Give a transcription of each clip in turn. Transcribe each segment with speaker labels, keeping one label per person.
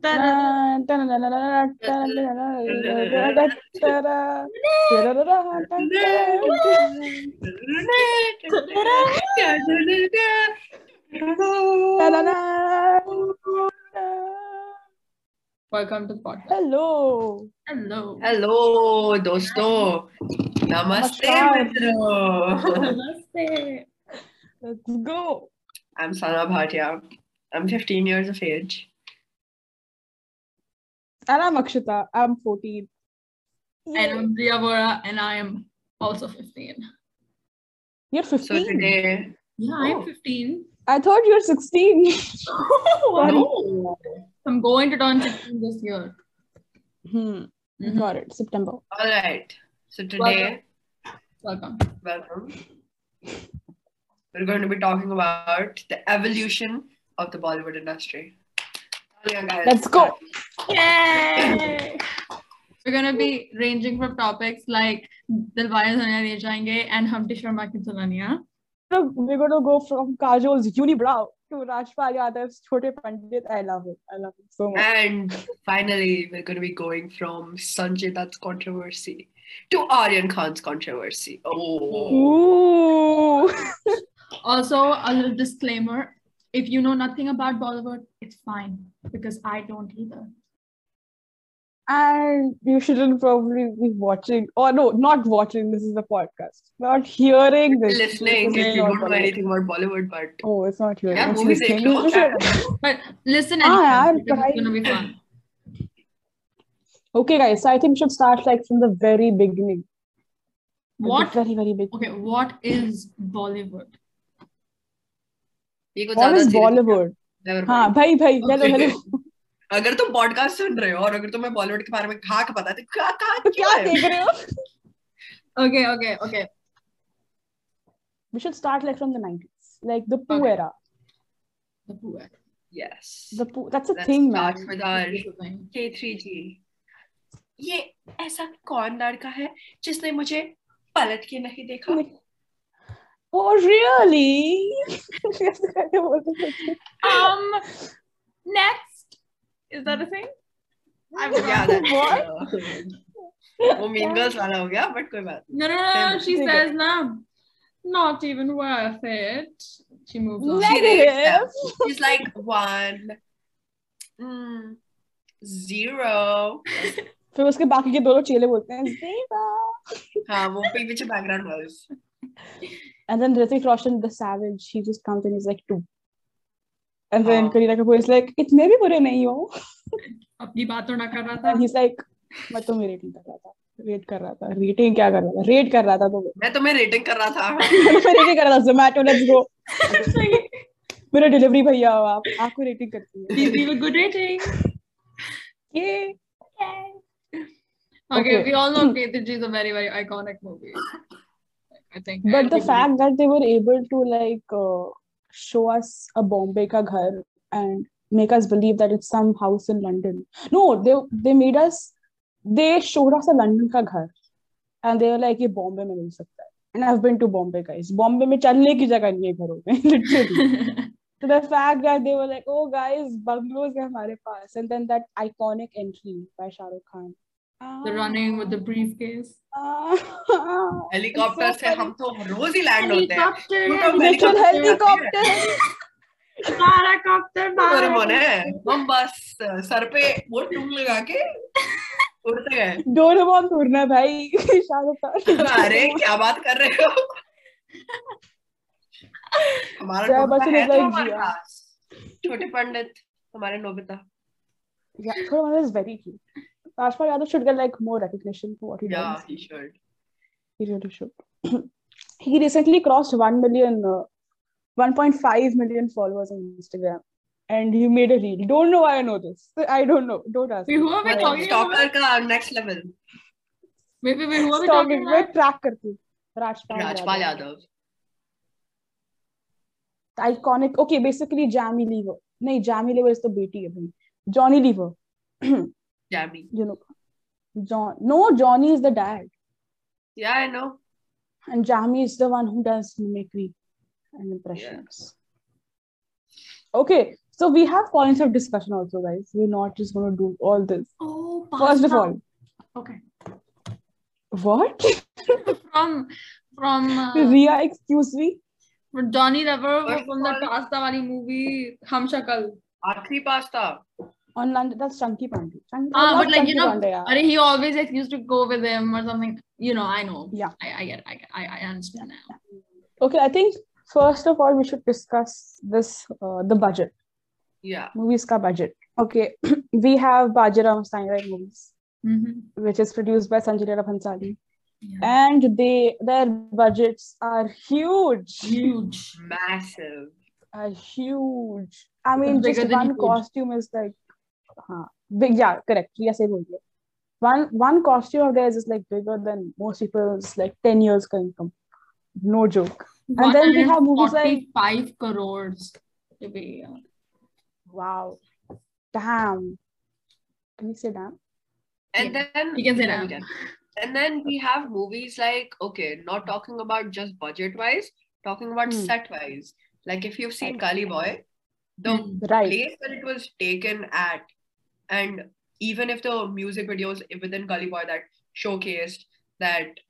Speaker 1: Tantara, Welcome to the podcast.
Speaker 2: Hello
Speaker 1: Hello.
Speaker 3: Hello दोस्तों नमस्ते
Speaker 2: नमस्कार।
Speaker 3: मित्रों
Speaker 1: Namaste.
Speaker 2: Let's go
Speaker 3: I'm Sana Bhatia. I'm 15 years of age.
Speaker 2: And I am Akshata I am 14
Speaker 1: And I'm Diya Bora, and I am also 15.
Speaker 2: you're
Speaker 3: So
Speaker 2: 15
Speaker 3: today,
Speaker 1: Yeah,
Speaker 3: Oh.
Speaker 1: I'm 15.
Speaker 2: i thought you're 16 Sorry.
Speaker 3: no,
Speaker 1: I'm going to turn 16 this year.
Speaker 2: hmm
Speaker 1: Mhm.
Speaker 2: got it september
Speaker 3: all right. So today,
Speaker 1: Welcome.
Speaker 3: welcome. We're going to be talking about the evolution of the Bollywood industry. Yeah, guys.
Speaker 2: Let's go.
Speaker 1: Yay! We're gonna be ranging from topics like Dilwaya Duniya Le Jayenge and Humpty Sharma Ki Dulhania.
Speaker 2: So we're gonna go from Kajol's unibrow to Rajpal Yadav's Chote Pandit. I love it. I love it so much.
Speaker 3: And finally, we're going to be going from Sanjay Dutt's controversy to Aryan Khan's controversy. Oh,
Speaker 2: Ooh.
Speaker 1: Also, a little disclaimer if you know nothing about Bollywood, it's fine because I don't either.
Speaker 2: And you shouldn't probably be watching, or no, not watching. This is the podcast. Not hearing this.
Speaker 3: listening
Speaker 2: This
Speaker 3: if
Speaker 2: is
Speaker 3: you
Speaker 2: not
Speaker 3: don't know
Speaker 2: Bollywood.
Speaker 3: anything about Bollywood, but
Speaker 2: Oh, it's not hearing.
Speaker 3: yeah,
Speaker 2: it's
Speaker 3: movies they
Speaker 2: listening.
Speaker 3: close.
Speaker 2: You should-
Speaker 1: But listen,
Speaker 2: Ah,
Speaker 1: anyway,
Speaker 2: yeah,
Speaker 1: because
Speaker 2: but I-
Speaker 1: it's gonna be fun.
Speaker 2: Okay, guys. So I think we should start like from the very beginning. Like, the
Speaker 1: What?
Speaker 2: very very big.
Speaker 1: Okay, what is Bollywood?
Speaker 3: ये कुछ
Speaker 2: What
Speaker 3: ज्यादा
Speaker 2: is
Speaker 3: serious-
Speaker 2: Bollywood?
Speaker 3: Never mind.
Speaker 2: हाँ भाई भाई hello
Speaker 3: Okay.
Speaker 2: hello
Speaker 3: अगर तुम podcast सुन रहे हो और अगर तुम्हें बॉलीवुड के बारे में खाक पता है तो क्या
Speaker 2: तो
Speaker 3: क्या
Speaker 2: क्या देख रहे हो?
Speaker 1: Okay, okay, okay.
Speaker 2: We should start like from the 90s, like the poo
Speaker 1: Okay.
Speaker 2: era.
Speaker 1: The poor.
Speaker 3: Yes
Speaker 2: The poo. That's a
Speaker 3: Let's
Speaker 2: thing, man.
Speaker 3: start with our
Speaker 1: Thing.
Speaker 3: K3G ये ऐसा कौन लड़का है जिसने मुझे पलट के नहीं देखा
Speaker 2: Oh, really? ऐसे करके बोल रहे थे।
Speaker 1: Um, next. Is that a thing? I'm
Speaker 3: Yeah, that's- वो मीन
Speaker 2: Yeah.
Speaker 3: गर्ल्स वाला हो गया बट कोई बात
Speaker 1: No, no, no, no. She
Speaker 2: Take
Speaker 1: says, no, not even worth it. She moves on.
Speaker 3: Next.
Speaker 2: Negative.
Speaker 3: नहीं इज लाइक वन जीरो
Speaker 2: फिर उसके बाकी के दोनों चेले बोलते हैं "Zeba."
Speaker 3: हाँ वो पीछे background voice
Speaker 2: And then Ritik Roshan, the savage, he just comes and he's like two. And then
Speaker 3: Wow.
Speaker 2: Kareena Kapoor is like, इतने भी बुरे नहीं हो.
Speaker 1: अपनी बातों ना कर रहा था
Speaker 2: And he's like, मैं तुम्हें रेटिंग कर रहा था. रेट कर रहा था. रेटिंग क्या कर रहा था? रेट कर रहा था तो तुम्हें.
Speaker 3: मैं तुम्हें रेटिंग कर रहा था
Speaker 2: मैं रेटिंग कर रहा था. Zomato, let's go.
Speaker 1: Give
Speaker 2: मेरे डिलीवरी भैया हो आप. आपको रेटिंग करती है.
Speaker 1: you a good rating.
Speaker 2: ये
Speaker 1: Okay,
Speaker 2: Okay.
Speaker 1: we all know K3G is a very, very iconic movie. I think.
Speaker 2: but the
Speaker 1: everybody-
Speaker 2: fact that they were able to like uh, show us a bombay ka ghar and make us believe that it's some house in london no they they made us they showed us a london ka ghar and they were like ये bombay में मिल सकता है and i've been to bombay guys bombay में चलने की जगह नहीं है घरों में literally so the fact that they were like oh guys bungalows है हमारे पास and then that iconic entry by shahrukh khan
Speaker 1: the running with the briefcase.
Speaker 2: Ah.
Speaker 3: Helicopter से हम तो रोज ही लैंड होते हैं
Speaker 1: Helicopter,
Speaker 3: वो तो
Speaker 2: Literal
Speaker 3: Helicopter से
Speaker 2: helicopter.
Speaker 1: paracopter,
Speaker 3: और
Speaker 1: para-
Speaker 3: मोने eh? हम बस सर पे वो टूल लगा के उड़ते गए
Speaker 2: डोरेमोन उड़ना है भाई शाहरुख खान
Speaker 3: अरे क्या बात कर रहे हो हमारा
Speaker 2: जया बच्चन
Speaker 3: नोबिता है
Speaker 2: is
Speaker 3: तो
Speaker 2: like
Speaker 3: हमारे
Speaker 2: जिया।
Speaker 3: पास छोटे पंडित हमारे Nobita
Speaker 2: yeah Doraemon is very cute Rajpal Yadav should get like more recognition for what he
Speaker 3: yeah
Speaker 2: does
Speaker 3: he should
Speaker 2: he really should he recently crossed 1 million uh, 1.5 million followers on Instagram and he made a reel don't know why I know this I don't know don't ask
Speaker 1: Wait,
Speaker 2: me.
Speaker 1: who are we
Speaker 2: Whatever.
Speaker 1: talking about?
Speaker 3: Stalker का next level
Speaker 1: Wait, wait, wait, who are we
Speaker 2: Stalking
Speaker 1: talking
Speaker 2: मैं
Speaker 1: about?
Speaker 2: track करती हूँ Rajpal
Speaker 3: Rajpal Yadav
Speaker 2: iconic okay basically Jamie Lever नहीं Jamie Lever is तो बेटी है भाई Johnny Lever
Speaker 3: Jamie
Speaker 2: you know John no Johnny is the dad
Speaker 3: yeah I know
Speaker 2: and Jami is the one who does mimicry and impressions. Okay, So we have points of discussion also, guys. We're not just gonna do all this.
Speaker 1: Oh,
Speaker 2: First of
Speaker 1: pasta.
Speaker 2: all,
Speaker 1: Okay.
Speaker 2: what?
Speaker 1: Uh. From from uh,
Speaker 2: Ria, excuse me.
Speaker 1: Johnny Dever
Speaker 3: First
Speaker 1: from the
Speaker 3: of all-
Speaker 1: pasta wali movie Hum Shakal.
Speaker 3: Akhri pasta.
Speaker 2: On London, that's Chunky Pandey. Chunky,
Speaker 1: Ah,
Speaker 2: not
Speaker 1: but like, you
Speaker 2: Chunky
Speaker 1: know,
Speaker 2: Pandey, yeah.
Speaker 1: Are he always like, used to go with him or something? You know, I know.
Speaker 2: Yeah.
Speaker 1: I, I get, I get, I, I understand now.
Speaker 2: Okay, I think first of all we should discuss this uh, the budget
Speaker 3: Yeah.
Speaker 2: movies ka budget. Okay, we have Bajiram Steinwright movies,
Speaker 1: Mm-hmm.
Speaker 2: which is produced by Sanjay Leela Bhansali,
Speaker 1: Yeah.
Speaker 2: and they their budgets are huge,
Speaker 1: Huge.
Speaker 3: Massive.
Speaker 2: are huge. I mean,
Speaker 1: Bigger
Speaker 2: just
Speaker 1: than
Speaker 2: one
Speaker 1: huge.
Speaker 2: costume is like, huh, big. Yeah, correct. Yes, I believe. One one costume of theirs is like bigger than most people's like ten years income. No joke. And then we have movies like-
Speaker 1: 5 crores to be. uh,
Speaker 2: Wow. Damn. Can you say damn?
Speaker 3: And
Speaker 1: Yeah.
Speaker 3: then
Speaker 1: You can say
Speaker 3: Yeah, we
Speaker 1: that.
Speaker 3: And then we have movies like, okay, not talking about just budget wise, talking about
Speaker 2: Hmm.
Speaker 3: set wise. Like if you've seen Gully Boy, the
Speaker 1: Mm.
Speaker 2: Right.
Speaker 3: place that it was taken at, and even if the music videos within Gully Boy that showcased that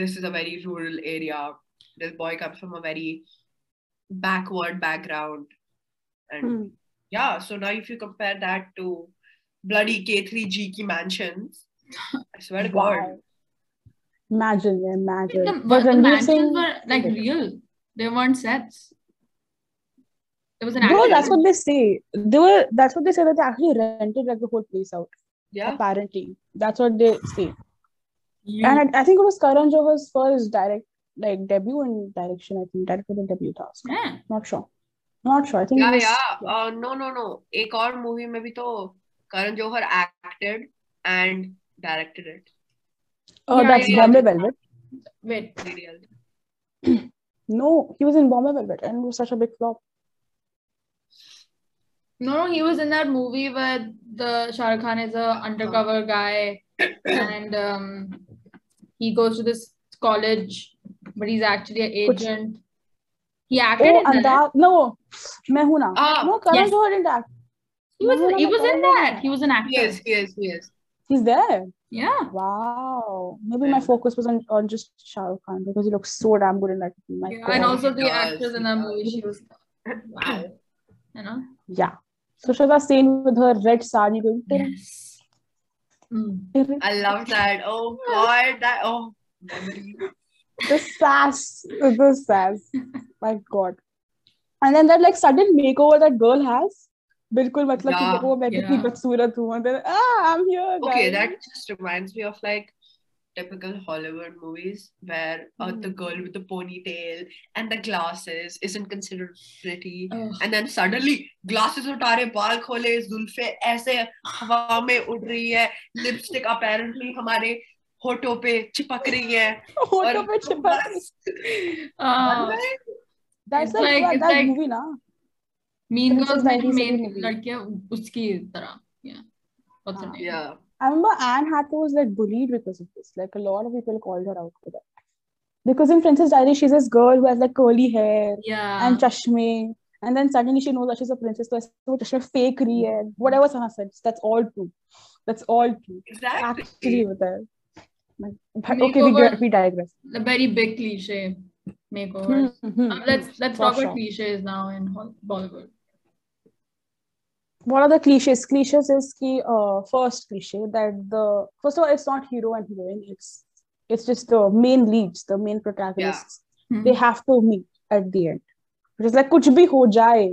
Speaker 3: this is a very rural area, this boy comes from a very backward background. And
Speaker 2: Hmm.
Speaker 3: yeah, so now if you compare that to bloody K3G ki mansions, I swear to God.
Speaker 2: Wow. Imagine, imagine.
Speaker 1: The,
Speaker 2: But
Speaker 1: the
Speaker 2: Ranveer
Speaker 1: mansions
Speaker 2: Singh-
Speaker 1: were like real. They weren't sets. It was an
Speaker 2: Bro,
Speaker 1: actor.
Speaker 2: that's what they say. They were. That's what they say that they actually rented like the whole place out.
Speaker 3: Yeah.
Speaker 2: Apparently, that's what they say.
Speaker 1: You-
Speaker 2: And I, I think it was Karan Johar's first direct, like debut in direction. I think directorial debut task.
Speaker 1: yeah.
Speaker 2: Not sure. Not sure. I think. it
Speaker 3: Yeah,
Speaker 2: was-
Speaker 3: yeah. Uh, no, no, no. एक और movie में भी तो Karan Johar acted and directed it
Speaker 2: Oh,
Speaker 1: Yeah,
Speaker 2: that's
Speaker 3: yeah,
Speaker 2: Bombay
Speaker 3: yeah.
Speaker 2: Velvet.
Speaker 1: Wait.
Speaker 3: Serial
Speaker 2: No, he was in Bombay Velvet, and it was such a big flop.
Speaker 1: No, he was in that movie where the Shah Rukh Khan is a undercover guy and um, he goes to this college, but he's actually an
Speaker 2: Which-
Speaker 1: agent. He
Speaker 2: Oh,
Speaker 1: acted in that.
Speaker 2: Andaz. No, Main Hoon ना.
Speaker 3: Ah,
Speaker 2: No, Karan
Speaker 1: yes.
Speaker 2: Johar didn't act.
Speaker 1: He was,
Speaker 2: No, no,
Speaker 1: he
Speaker 2: no,
Speaker 1: was
Speaker 2: Karan
Speaker 1: in
Speaker 2: Johar
Speaker 1: that.
Speaker 2: didn't
Speaker 1: He was an actor.
Speaker 3: yes yes yes
Speaker 2: act. He's there.
Speaker 1: Yeah.
Speaker 2: Wow. Maybe my
Speaker 3: Yeah.
Speaker 2: focus was on, on just Shah Rukh Khan because he looks so damn good in that. Oh My
Speaker 1: Yeah,
Speaker 2: God.
Speaker 1: and also the
Speaker 3: Yes,
Speaker 1: actress in that
Speaker 3: yes.
Speaker 1: movie, she was wow. You know?
Speaker 2: yeah. Sushmita Sen with her red sari going.
Speaker 1: Yes. Mm.
Speaker 2: "Tirr,
Speaker 3: I love that oh god that oh memory
Speaker 2: The sass. The sass. My God. And then that like sudden makeover that girl has. बिल्कुल मतलब कि
Speaker 3: Yeah,
Speaker 2: देखो मैं कितनी
Speaker 1: yeah.
Speaker 2: बदसूरत हूँ and then ah I'm here
Speaker 3: okay
Speaker 2: guys."
Speaker 3: that just reminds me of like typical Hollywood movies where uh, the girl with the ponytail and the glasses isn't considered pretty
Speaker 1: Oh.
Speaker 3: and then suddenly glasses utare baal khole zulfe ऐसे हवा में उड़ रही है lipstick apparently हमारे होठों पे चिपक रही है
Speaker 2: फोटो पे छिपा
Speaker 3: बस, हाँ।
Speaker 1: Uh,
Speaker 2: that's
Speaker 1: It's
Speaker 2: like,
Speaker 1: like-
Speaker 2: that,
Speaker 1: it's
Speaker 2: that
Speaker 1: like-
Speaker 2: movie ना
Speaker 1: mean
Speaker 2: Princess
Speaker 1: girls में
Speaker 2: Diaries
Speaker 1: main
Speaker 2: वाली movie.
Speaker 1: लड़कियां उसकी तरह yeah what's her
Speaker 2: हाँ.
Speaker 1: name
Speaker 3: yeah
Speaker 2: I remember Anne Hathaway was like bullied because of this. Like a lot of people called her out for that. Because in Princess Diaries, she's this girl who has like curly hair
Speaker 1: yeah
Speaker 2: and chashme, and then suddenly she knows that she's a princess. So वो चश्मे fake रही है. Whatever Sana said, that's all true. That's all true.
Speaker 3: exactly
Speaker 2: Actually, होता है. Like, But
Speaker 1: Makeover.
Speaker 2: okay, we get, we digress.
Speaker 1: the very big cliche makeovers
Speaker 2: Hmm, hmm,
Speaker 1: Uh,
Speaker 2: hmm.
Speaker 1: let's let's
Speaker 2: For
Speaker 1: talk about
Speaker 2: sure.
Speaker 1: cliches now in Hol- Bollywood
Speaker 2: What are the cliches? Cliches is the uh, first cliche that the first of all, it's not hero and heroine. It's it's just the main leads, the main protagonists.
Speaker 1: Hmm.
Speaker 2: they have to meet at the end. Because like कुछ भी हो जाए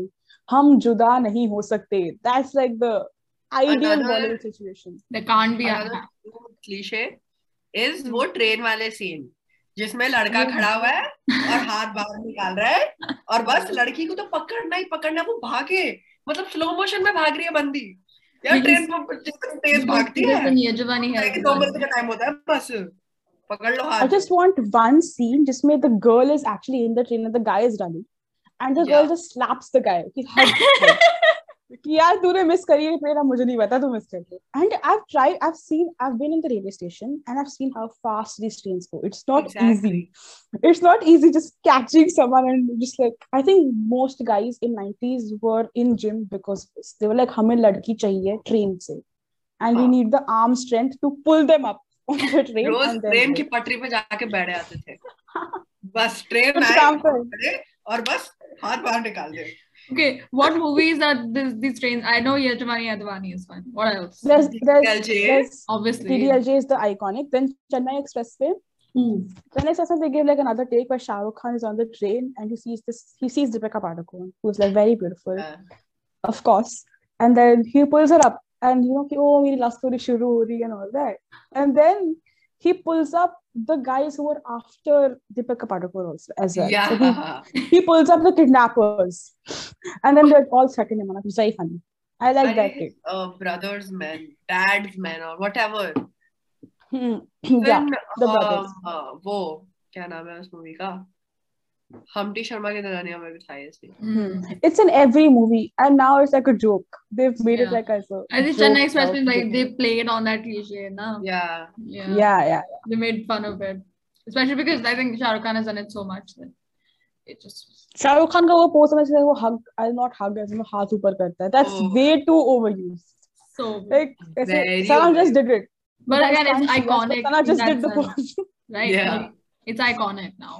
Speaker 2: हम जुदा नहीं हो सकते. That's like the ideal
Speaker 3: Another-
Speaker 2: Bollywood situation.
Speaker 1: there can't be a
Speaker 3: another cliche is वो ट्रेन वाले सीन जिसमें लड़का
Speaker 2: Hmm.
Speaker 3: खड़ा हुआ है और हाथ बाहर निकाल रहा है और बस लड़की को तो पकड़ना ही पकड़ना है, वो भागे मतलब स्लो मोशन में भाग रही है बंदी यार
Speaker 1: Because-
Speaker 3: ट्रेन जितना तेज भागती है
Speaker 1: ये जवानी है
Speaker 3: कि दो मिनट का टाइम होता है बस पकड़ लो
Speaker 2: I
Speaker 3: हाथ
Speaker 2: just want one scene जिसमें the girl is actually in the train and the guy is running, and the girl
Speaker 3: Yeah.
Speaker 2: just slaps the guy. He hugs him. कि यार तूने मिस करी है मेरा मुझे नहीं पता तू मिस कर रही and I have tried I have seen I have been in the railway station and I have seen how fast these trains go it's not easy
Speaker 3: Exactly.
Speaker 2: it's not easy just catching someone and just like I think most guys in 90s were in gym because of this. they were like हमें लड़की चाहिए train से and we
Speaker 3: हाँ.
Speaker 2: need the arm strength to pull them up on the train
Speaker 3: रोज
Speaker 2: and then
Speaker 3: train
Speaker 2: go.
Speaker 3: की पटरी पे जाके बैठे आते थे बस ट्रेन
Speaker 2: कुछ
Speaker 3: आए
Speaker 2: काम पे.
Speaker 3: खड़े और बस हाथ बाहर निकाल दे
Speaker 1: Okay, what movies are this, these trains? I know Yatamani Advani is one. What else?
Speaker 2: there's there's
Speaker 3: DLJ.
Speaker 2: there's
Speaker 1: Obviously.
Speaker 2: DDLJ is the iconic then Chennai Expressway Chennai Expressway they give like another take where Shah Rukh Khan is on the train and he sees this he sees Deepika Padukone who's like very beautiful
Speaker 3: हाँ.
Speaker 2: of course. And then he pulls her up and you know, कि, oh, मेरी love story शुरू हो रही है and all that. And then he pulls up the guys who were after Deepika Padukone also as well.
Speaker 3: Yeah.
Speaker 2: So he, he pulls up the kidnappers, and then they're all threatening him. and It's very funny. I like
Speaker 3: अरे,
Speaker 2: that kid.
Speaker 3: uh, brothers men, dads men or whatever.
Speaker 2: Hmm. yeah.
Speaker 3: Then,
Speaker 2: the
Speaker 3: um,
Speaker 2: brothers.
Speaker 3: uh, वो क्या नाम है उस movie का? Humpty Sharma की दुल्हनिया में भी था ये scene.
Speaker 1: Hmm.
Speaker 2: It's in every movie, and now it's like a joke. They've made it
Speaker 1: Yeah.
Speaker 2: like as a
Speaker 1: I think
Speaker 2: joke
Speaker 1: Chennai Express
Speaker 2: about
Speaker 1: means like
Speaker 2: it.
Speaker 1: they played on that cliche, na?
Speaker 3: Yeah.
Speaker 1: Yeah.
Speaker 2: yeah, yeah, yeah.
Speaker 1: They made fun of it. Especially because I think Shah Rukh Khan has done it so much that it just
Speaker 2: Shahrukh Khan का वो post समझ रहे वो hug I not hug ऐसे में हाथ ऊपर करता है that's
Speaker 3: Oh.
Speaker 2: Way too overused
Speaker 1: so good.
Speaker 2: Like ऐसे
Speaker 3: Very
Speaker 2: Sana just
Speaker 3: overused.
Speaker 2: Did it
Speaker 1: But again, it's iconic.
Speaker 2: Sana
Speaker 1: in
Speaker 2: just
Speaker 1: that
Speaker 2: did the
Speaker 1: sense,
Speaker 2: post
Speaker 1: right?
Speaker 3: Yeah.
Speaker 1: Like, it's iconic now.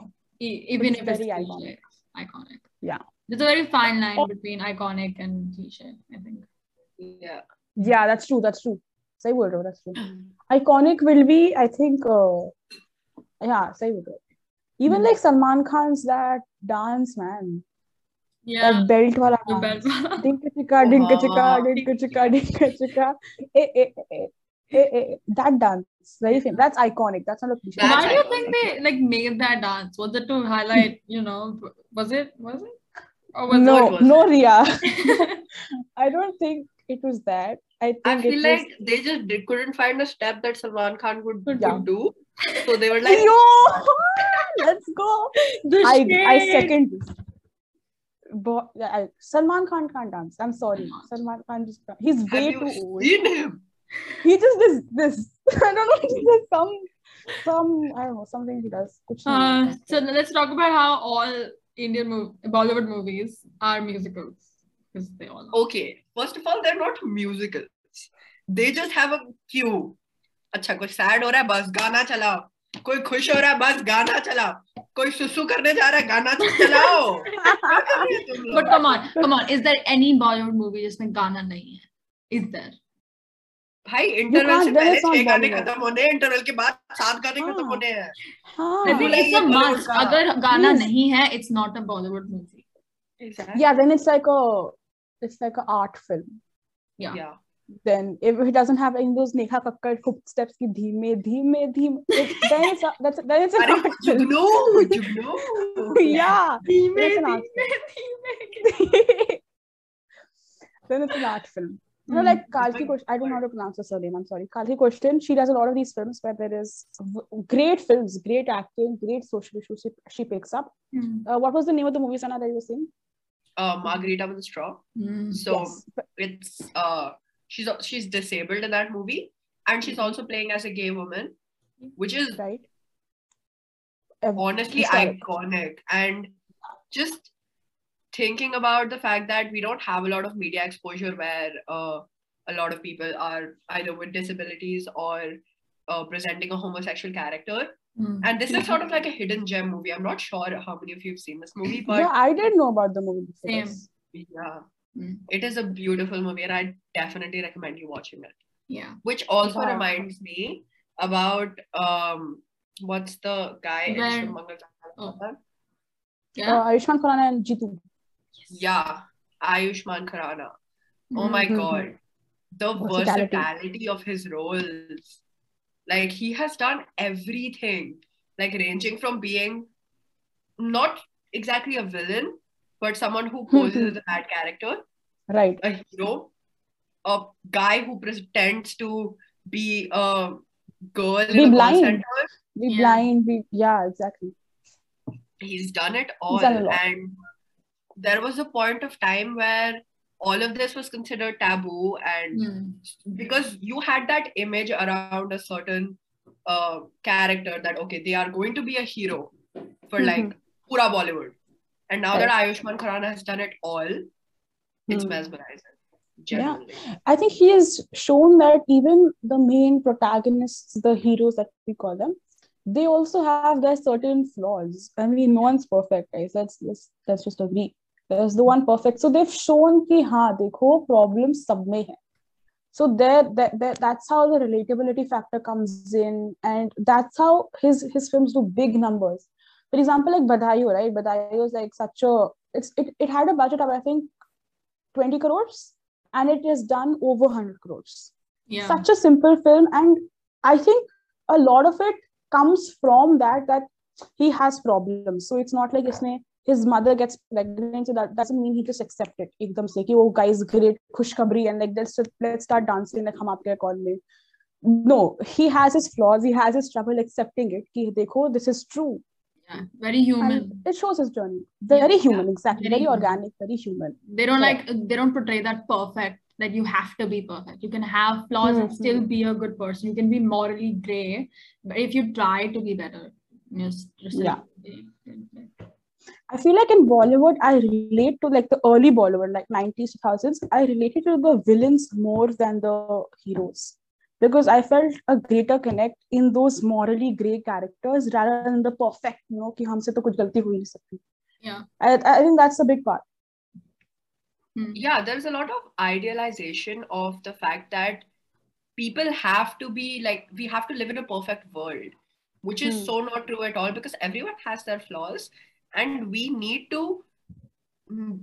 Speaker 1: E- even
Speaker 2: It's
Speaker 1: if it's
Speaker 2: very
Speaker 1: cliche,
Speaker 2: iconic.
Speaker 1: it's iconic.
Speaker 2: Yeah.
Speaker 1: There's a very fine line
Speaker 2: Oh.
Speaker 1: between iconic and cliche, I think.
Speaker 3: Yeah.
Speaker 2: Yeah that's true that's true सही बोल रहे हो that's true iconic will be I think uh, yeah सही बोल रहे हो even
Speaker 1: Hmm.
Speaker 2: Like Salman Khan's that dance man
Speaker 1: Yeah.
Speaker 2: That belt वाला
Speaker 1: the
Speaker 2: dance.
Speaker 1: bell-
Speaker 2: Dinka chika, dinka chika,
Speaker 3: Wow.
Speaker 2: dinka chika, dinka chika. Eh, eh, eh, eh, eh, eh. That dance, very famous. That's iconic. That's not a cliche.
Speaker 3: That's
Speaker 1: Why do you
Speaker 3: iconic.
Speaker 1: think they like made that dance? Was it to highlight, you know, was it was it? Or was
Speaker 2: no,
Speaker 3: what was
Speaker 2: no,
Speaker 3: it?
Speaker 2: Ria.
Speaker 1: it
Speaker 2: I don't think it was that. I think
Speaker 3: I
Speaker 2: it
Speaker 3: feel
Speaker 2: was.
Speaker 3: like they just did, couldn't find a step that Salman Khan could, could
Speaker 2: Yeah.
Speaker 3: do. So they were like,
Speaker 2: Yo, let's go.
Speaker 1: the
Speaker 2: I I
Speaker 1: shade!
Speaker 2: second this. Bo- yeah, I- Salman Khan can't dance. I'm sorry,
Speaker 1: Cannot.
Speaker 2: Salman Khan just can't. he's
Speaker 3: have
Speaker 2: way
Speaker 3: you
Speaker 2: too old.
Speaker 3: seen him?
Speaker 2: He just does this. I don't know. He does some some I don't know something he does. Kuch nahi
Speaker 1: Uh,
Speaker 2: hota.
Speaker 1: so let's talk about how all Indian mov- Bollywood movies are musicals because they all are.
Speaker 3: Okay, first of all, they're not musicals. They just have a cue. अच्छा कोई sad हो रहा है बस गाना चलाओ कोई खुश हो रहा है बस गाना चलाओ कोई सुसु करने जा रहा है गाना चलाओ
Speaker 2: हाँ,
Speaker 3: क्या कर रहे हो तुम लोग?
Speaker 1: But come on, come on. Is there any Bollywood movie जिसमें गाना नहीं है? Is there?
Speaker 3: भाई इंटरवल
Speaker 2: can't-
Speaker 3: से
Speaker 2: that
Speaker 3: पहले
Speaker 2: is not
Speaker 3: छह गाने
Speaker 2: Bollywood.
Speaker 3: खत्म होने हैं इंटरवल के बाद सात गाने खत्म
Speaker 2: हाँ.
Speaker 3: होने हैं
Speaker 1: I
Speaker 2: हाँ.
Speaker 1: think
Speaker 3: बोला
Speaker 1: it's a
Speaker 3: ये Bollywood
Speaker 1: must.
Speaker 3: का-
Speaker 1: अगर गाना
Speaker 2: Please.
Speaker 1: नहीं है, it's not a Bollywood movie.
Speaker 2: Yeah, then it's like a it's like an art film.
Speaker 1: Yeah.
Speaker 3: Yeah.
Speaker 2: Then if it doesn't have any of those Neha Kakkar footsteps ki dhime dhime dhime, it, then it's a, that's then it's an
Speaker 3: अरे
Speaker 2: art film.
Speaker 3: Jugnu Jugnu
Speaker 2: yeah. It's an art then it's an art film. You know,
Speaker 1: Hmm.
Speaker 2: like
Speaker 3: like-
Speaker 2: Kalki Kosh, I don't know how to pronounce her surname, I'm sorry. Kalki Koshtin, she does a lot of these films where there is w- great films, great acting, great social issues she, she picks up.
Speaker 1: Hmm.
Speaker 2: Uh, what was the name of the movie, Sana, that you were saying?
Speaker 3: uh, margarita with a straw
Speaker 1: Hmm.
Speaker 3: so
Speaker 2: yes.
Speaker 3: it's uh she's she's disabled in that movie and she's also playing as a gay woman which is
Speaker 2: Right? Um,
Speaker 3: honestly
Speaker 2: historic.
Speaker 3: iconic and just thinking about the fact that we don't have a lot of media exposure where uh, a lot of people are either with disabilities or uh, presenting a homosexual character
Speaker 1: Hmm.
Speaker 3: and this is sort of like a hidden gem movie i'm not sure how many of you have seen this movie but
Speaker 2: yeah, I didn't know about the movie. before
Speaker 1: Same.
Speaker 2: this.
Speaker 3: yeah
Speaker 1: Mm.
Speaker 3: it is a beautiful movie and i definitely recommend you watching it
Speaker 1: Yeah.
Speaker 3: which also
Speaker 2: Wow.
Speaker 3: reminds me about um what's the guy in
Speaker 1: Where-
Speaker 3: Shivmangal
Speaker 2: Oh.
Speaker 3: Janata?
Speaker 1: Yeah.
Speaker 2: Uh, Ayushman Khurrana and Jeetu.
Speaker 3: Oh, yeah ayushman khurana oh
Speaker 1: Hmm.
Speaker 3: my
Speaker 2: Mhm.
Speaker 3: god the
Speaker 2: Versatility.
Speaker 3: versatility of his roles like he has done everything like ranging from being not exactly a villain but someone who
Speaker 2: Hmm.
Speaker 3: poses as a bad character
Speaker 2: Right.
Speaker 3: a hero, a guy who pretends to be a girl
Speaker 2: Be
Speaker 3: in a call
Speaker 2: blind.
Speaker 3: center.
Speaker 2: Be
Speaker 1: Yeah.
Speaker 2: blind. Be, yeah, exactly.
Speaker 3: He's done it all,
Speaker 2: done a lot.
Speaker 3: and there was a point of time where all of this was considered taboo and
Speaker 1: Hmm.
Speaker 2: Mm-hmm.
Speaker 3: because you had that image around a certain uh, character that okay they are going to be a hero
Speaker 2: Mm-hmm.
Speaker 3: for like pura Bollywood and now that Ayushman Khurrana has done it all it's
Speaker 2: Hmm.
Speaker 3: mesmerizing generally
Speaker 2: I think he has shown that even the main protagonists, the heroes that we call them, they also have their certain flaws. I mean, no one's perfect, guys. Let's let's, let's just agree. There's no one perfect. So they've shown ki haan, dekho, problems sab mein hai. So there, that, that that's how the relatability factor comes in, and that's how his his films do big numbers. For example, like Badayu, right? Badayu is like such a it's it, it had a budget of I think twenty crores and it is done over 100 crores.
Speaker 1: Yeah.
Speaker 2: Such a simple film, and I think a lot of it comes from that that he has problems. So it's not like इसने his mother gets pregnant, so that doesn't mean he just accept it. एकदम से कि वो guys great, खुशखबरी and like let's let's start dancing like हम आपके call में. No, he has his flaws. He has his trouble accepting it. कि देखो this is true.
Speaker 1: yeah. Very human.
Speaker 2: And it shows his journey. Very
Speaker 1: Yeah.
Speaker 2: human, exactly.
Speaker 1: Very
Speaker 2: very
Speaker 1: human.
Speaker 2: organic, very human.
Speaker 1: they don't
Speaker 2: Yeah.
Speaker 1: like they don't portray that perfect that you have to be perfect you can have flaws and
Speaker 2: Mhm.
Speaker 1: still be a good person you can be morally gray but if you try to be better you're s- you're still
Speaker 2: Yeah.
Speaker 1: being-
Speaker 2: I feel like in Bollywood, I relate to like the early Bollywood, like 90s, 2000s. I related to the villains more than the heroes because I felt a greater connect in those morally gray characters rather than the perfect, you know, कि हमसे तो कुछ गलती हो ही नहीं सकती.
Speaker 1: Yeah.
Speaker 2: I, I think that's a big part.
Speaker 1: Hmm.
Speaker 3: yeah there's a lot of idealization of the fact that people have to be like we have to live in a perfect world which is
Speaker 2: Hmm.
Speaker 3: so not true at all because everyone has their flaws and we need to mm,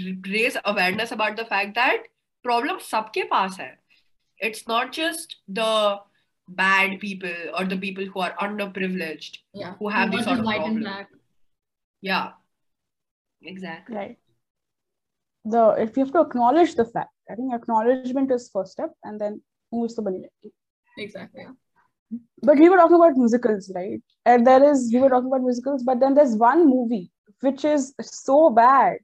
Speaker 3: r- raise awareness about the fact that problem sabke paas hai it's not just the bad people or the people who are underprivileged
Speaker 1: yeah
Speaker 3: Who have
Speaker 1: Not
Speaker 3: these sort
Speaker 1: just
Speaker 3: of
Speaker 1: white and
Speaker 3: problems.
Speaker 1: black
Speaker 3: yeah exactly
Speaker 2: Right. The if you have to acknowledge the fact, I think acknowledgement is first step, and then moves to belief.
Speaker 1: exactly
Speaker 2: but we were talking about musicals right and there is we were talking about musicals but then there's one movie which is so bad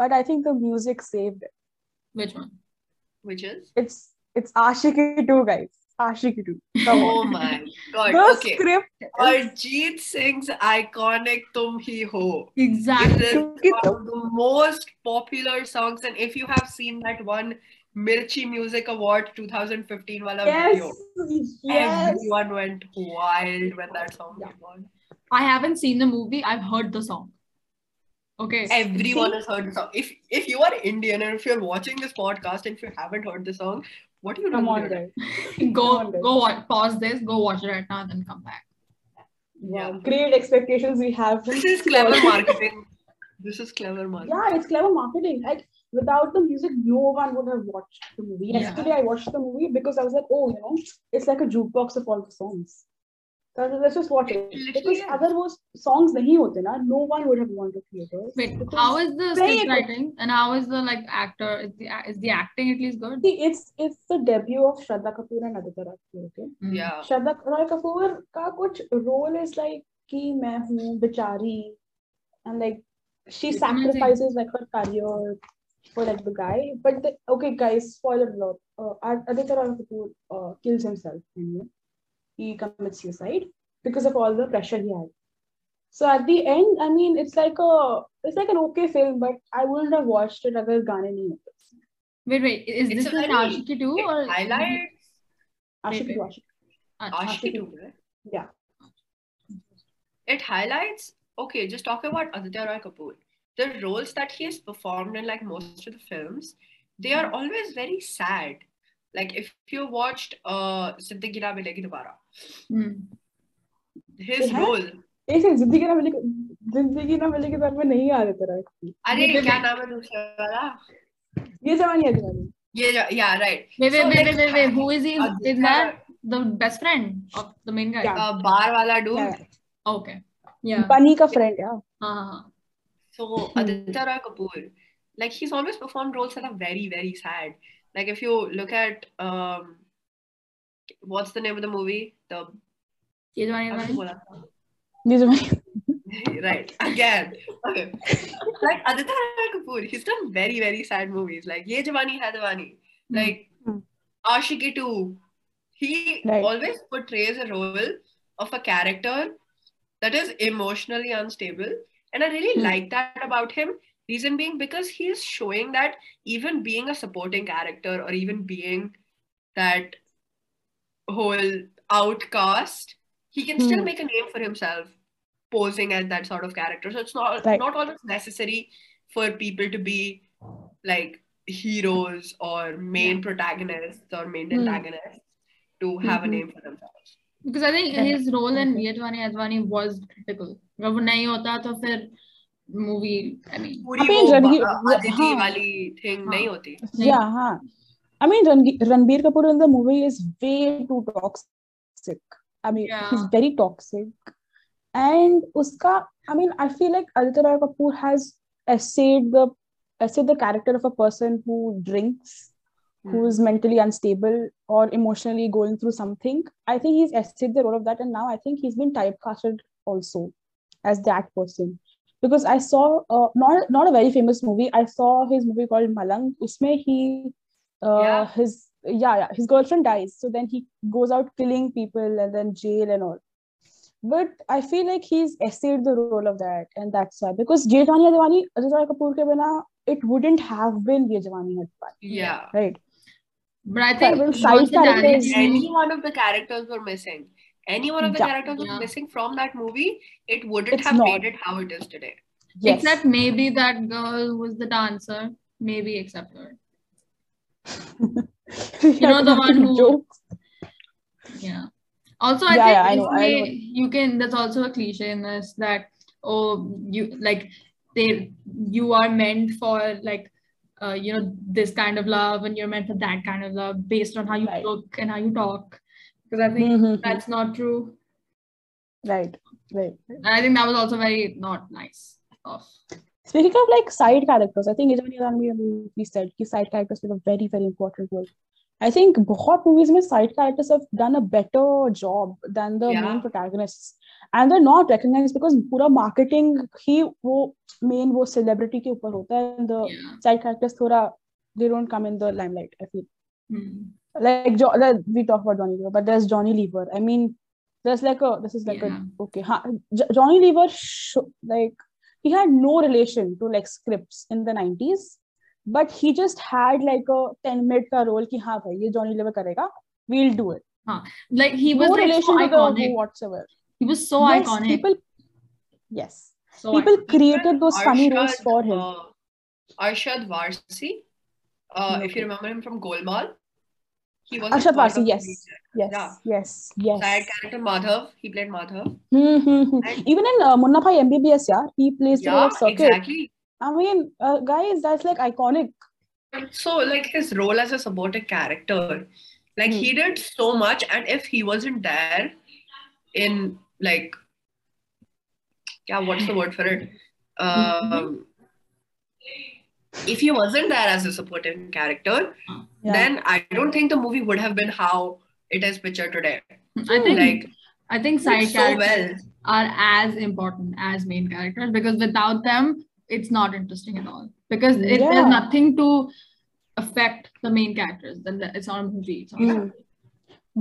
Speaker 2: but i think the music saved it
Speaker 1: which one
Speaker 3: which is
Speaker 2: it's it's ashiki 2 guys ashiki 2 come on
Speaker 3: oh my god
Speaker 2: the
Speaker 3: okay
Speaker 2: script is
Speaker 3: Arjit Singh's iconic Tum Hi Ho. It
Speaker 1: exactly
Speaker 3: is
Speaker 2: Tum Hi
Speaker 3: one
Speaker 2: Ho.
Speaker 3: of the most popular songs. And if you have seen that one Mirchi Music Award 2015 wala
Speaker 2: yes
Speaker 3: video,
Speaker 2: yes
Speaker 3: everyone went wild when that song came on.
Speaker 1: i haven't seen the movie i've heard the song okay
Speaker 3: Everyone has heard the song. If if you are Indian and if you're watching this podcast and if you haven't heard the song, what do you
Speaker 2: come on
Speaker 3: doing?
Speaker 2: guys
Speaker 1: go
Speaker 2: Come on, guys.
Speaker 1: go watch, pause this go watch it right now and then come back
Speaker 2: yeah. great expectations we have
Speaker 3: This is clever marketing. This is clever marketing.
Speaker 2: yeah it's clever marketing like without the music no one would have watched the movie
Speaker 1: Yeah.
Speaker 2: yesterday i watched the movie because i was like oh you know it's like a jukebox of all the songs so I was like, let's just watch it
Speaker 3: It literally
Speaker 2: because
Speaker 3: is.
Speaker 2: otherwise songs nahi hote na, no one would have gone to theaters
Speaker 1: wait
Speaker 2: Because-
Speaker 1: how is the script
Speaker 2: Very good.
Speaker 1: writing and how is the like actor is the is the acting at least good
Speaker 2: See, it's it's the debut of Shraddha Kapoor and Aditya Roy Kapoor okay
Speaker 1: Mm.
Speaker 3: Yeah.
Speaker 2: Shraddha Roy Kapoor का कुछ role is like कि मैं हूँ बेचारी and like she
Speaker 1: It's
Speaker 2: sacrifices like her career for like the guy but the, okay guys spoiler alert uh, Ad- Aditya Roy Kapoor uh, kills himself anyway. he commits suicide because of all the pressure he had so at the end I mean it's like a it's like an okay film but I wouldn't have watched it अगर गाने नहीं होते
Speaker 1: Wait, wait, is
Speaker 3: It's
Speaker 1: this
Speaker 3: a
Speaker 1: an
Speaker 3: very-
Speaker 1: Ashiki too?
Speaker 3: It
Speaker 1: Or
Speaker 3: highlights
Speaker 2: आशिक
Speaker 1: Wait,
Speaker 2: two आशिक
Speaker 1: Ash-
Speaker 3: Ashki too, right?
Speaker 2: yeah
Speaker 3: it highlights okay just talk about aditya roy kapoor the roles that he has performed in like most of the films they are always very sad like if you watched uh Zindagi Na Milegi Dobara,
Speaker 1: Hmm.
Speaker 3: his
Speaker 2: Yeah.
Speaker 3: role
Speaker 2: ऐसे जिंदगी ना मिले जिंदगी ना मिले के बारे में नहीं आ रहे तेरा
Speaker 3: अरे
Speaker 1: Wait, wait,
Speaker 3: क्या
Speaker 1: wait.
Speaker 3: नाम है दूसरे वाला
Speaker 2: ये जवानी है जवानी
Speaker 3: ये yeah right
Speaker 1: Wait, wait, wait,
Speaker 3: So, like, uh,
Speaker 1: wait, wait, wait, who is he in-
Speaker 3: Aditya
Speaker 1: in that? The best friend of the main guy? Oh,
Speaker 2: Yeah.
Speaker 3: uh, bar wala dude
Speaker 2: Yeah.
Speaker 1: Okay. Yeah.
Speaker 2: बनी का friend यार
Speaker 1: Uh-huh.
Speaker 3: So
Speaker 2: Hmm.
Speaker 3: Aditya Roy Kapoor, like he's always performed roles that are very, very sad. Like if you look at um, what's the name of the movie? The
Speaker 1: ये जो आने
Speaker 3: I
Speaker 1: वाली-
Speaker 3: बोला था।
Speaker 2: ये जवानी
Speaker 3: right again okay like aditya Roy kapoor he's done very very sad movies like ye jawani hai diwani like
Speaker 2: Hmm.
Speaker 3: ashiki 2 he
Speaker 2: Right.
Speaker 3: always portrays a role of a character that is emotionally unstable and i really
Speaker 2: Hmm.
Speaker 3: like that about him reason being because he is showing that even being a supporting character or even being that whole outcast he can still
Speaker 2: Hmm.
Speaker 3: make a name for himself posing as that sort of character so it's not
Speaker 2: Right.
Speaker 3: not always necessary for people to be like heroes or main protagonists or main
Speaker 2: Hmm.
Speaker 3: antagonists to have
Speaker 2: Mhm.
Speaker 3: a name for themselves
Speaker 1: because I think
Speaker 2: Correct.
Speaker 1: his role in ये जवानी है दीवानी was critical अगर वो नहीं होता तो फिर movie I mean
Speaker 3: पूरी
Speaker 2: अभी
Speaker 3: वो
Speaker 2: रणवीर-
Speaker 3: बा- अदिति
Speaker 2: हाँ।
Speaker 3: वाली thing नहीं होती
Speaker 1: नहीं-
Speaker 2: Yeah, huh. I mean, Rangi- Ranbir Kapoor in the movie is way too toxic. I mean, he's
Speaker 1: Yeah.
Speaker 2: very toxic. And uska, I mean, I feel like Aditya Roy Kapoor has essayed the essayed the character of a person who drinks,
Speaker 3: Hmm.
Speaker 2: who is mentally unstable or emotionally going through something. I think he's essayed the role of that, and now I think he's been typecasted also as that person. Because I saw uh, not not a very famous movie. I saw his movie called Malang. Usme he uh,
Speaker 3: Yeah.
Speaker 2: his yeah, yeah his girlfriend dies, so then he goes out killing people and then jail and all. But I feel like he's essayed the role of that, and that's why. Because Ye Jawani Hai Diwani, Ajit Roy Kapoor ke bina, it wouldn't have been Ye Jawani Hai Diwani,
Speaker 3: yeah
Speaker 2: right?
Speaker 1: but I think
Speaker 2: Well,
Speaker 1: John
Speaker 2: side
Speaker 1: Cena
Speaker 2: characters-
Speaker 1: is-
Speaker 3: any one of the characters were missing any one of the
Speaker 2: Yeah.
Speaker 3: characters was
Speaker 1: Yeah.
Speaker 3: missing from that movie it wouldn't
Speaker 2: It's
Speaker 3: have
Speaker 2: not.
Speaker 3: made it how it is today
Speaker 2: Yes.
Speaker 1: except maybe that girl who was the dancer maybe except her
Speaker 2: you
Speaker 1: know, the one who-
Speaker 2: jokes.
Speaker 1: Yeah. Also, I
Speaker 2: Yeah,
Speaker 1: think
Speaker 2: yeah, I
Speaker 1: this
Speaker 2: know, I
Speaker 1: way
Speaker 2: know.
Speaker 1: you can. There's also a cliche in this that oh, you like they you are meant for like uh, you know this kind of love and you're meant for that kind of love based on how you
Speaker 2: Right.
Speaker 1: look and how you talk. Because I think
Speaker 2: Mhm.
Speaker 1: that's not true.
Speaker 2: Right, right.
Speaker 1: And I think that was also very not nice. Of
Speaker 2: Speaking of like side characters, I think Ijani Ramli we said his side characters play a very, very important role. I think बहुत movies में side characters have done a better job than the
Speaker 3: Yeah.
Speaker 2: main protagonists. And they're not recognized because पूरा marketing ही वो main वो celebrity के ऊपर होता है and the
Speaker 1: yeah.
Speaker 2: side characters थोड़ा they don't come in the limelight I feel.
Speaker 1: Hmm.
Speaker 2: like jo- that we talk about Johnny Lever, but there's Johnny Lever. I mean, there's like a this is like
Speaker 1: Yeah.
Speaker 2: a okay. Huh, Jo- Johnny Lever sho like he had no relation to like scripts in the 90s, but he just had like a 10 minute ka role ki हाँ भाई ये Johnny Lever करेगा, we'll do it.
Speaker 1: Like he was
Speaker 2: No
Speaker 1: like, so
Speaker 2: relation to the who
Speaker 1: iconic.
Speaker 2: whatsoever.
Speaker 1: He was so
Speaker 2: yes,
Speaker 1: iconic.
Speaker 2: people. Yes,
Speaker 1: so
Speaker 2: people
Speaker 1: iconic.
Speaker 2: created those funny
Speaker 3: Arshad,
Speaker 2: roles for him.
Speaker 3: uh, Arshad Varsi, uh, if you
Speaker 2: Okay.
Speaker 3: remember him from Golmaal, he was
Speaker 2: Arshad
Speaker 3: part of
Speaker 2: Varsi,
Speaker 3: the
Speaker 2: yes, yes,
Speaker 3: Yeah.
Speaker 2: yes, yes.
Speaker 3: side character Madhav. He played Madhav.
Speaker 2: Mm-hmm. Even in uh, Munna Bhai MBBS, yeah, he plays the role
Speaker 3: Yeah,
Speaker 2: of Circuit.
Speaker 3: exactly.
Speaker 2: I mean, uh, guys, that's like iconic.
Speaker 3: So like his role as a supporting character, like
Speaker 2: Hmm.
Speaker 3: he did so much, and if he wasn't there, in like, yeah, what's the word for it?
Speaker 2: Hmm.
Speaker 3: Um, if he wasn't there as a supporting character,
Speaker 2: Yeah.
Speaker 3: then I don't think the movie would have been how it is pictured today.
Speaker 1: I think
Speaker 3: Like
Speaker 1: I think
Speaker 3: did
Speaker 1: side
Speaker 3: so
Speaker 1: characters
Speaker 3: well.
Speaker 1: are as important as main characters because without them it's not interesting at all because it,
Speaker 2: Yeah.
Speaker 1: there's nothing to affect the main characters then the- it's not a movie it's not
Speaker 2: Mm.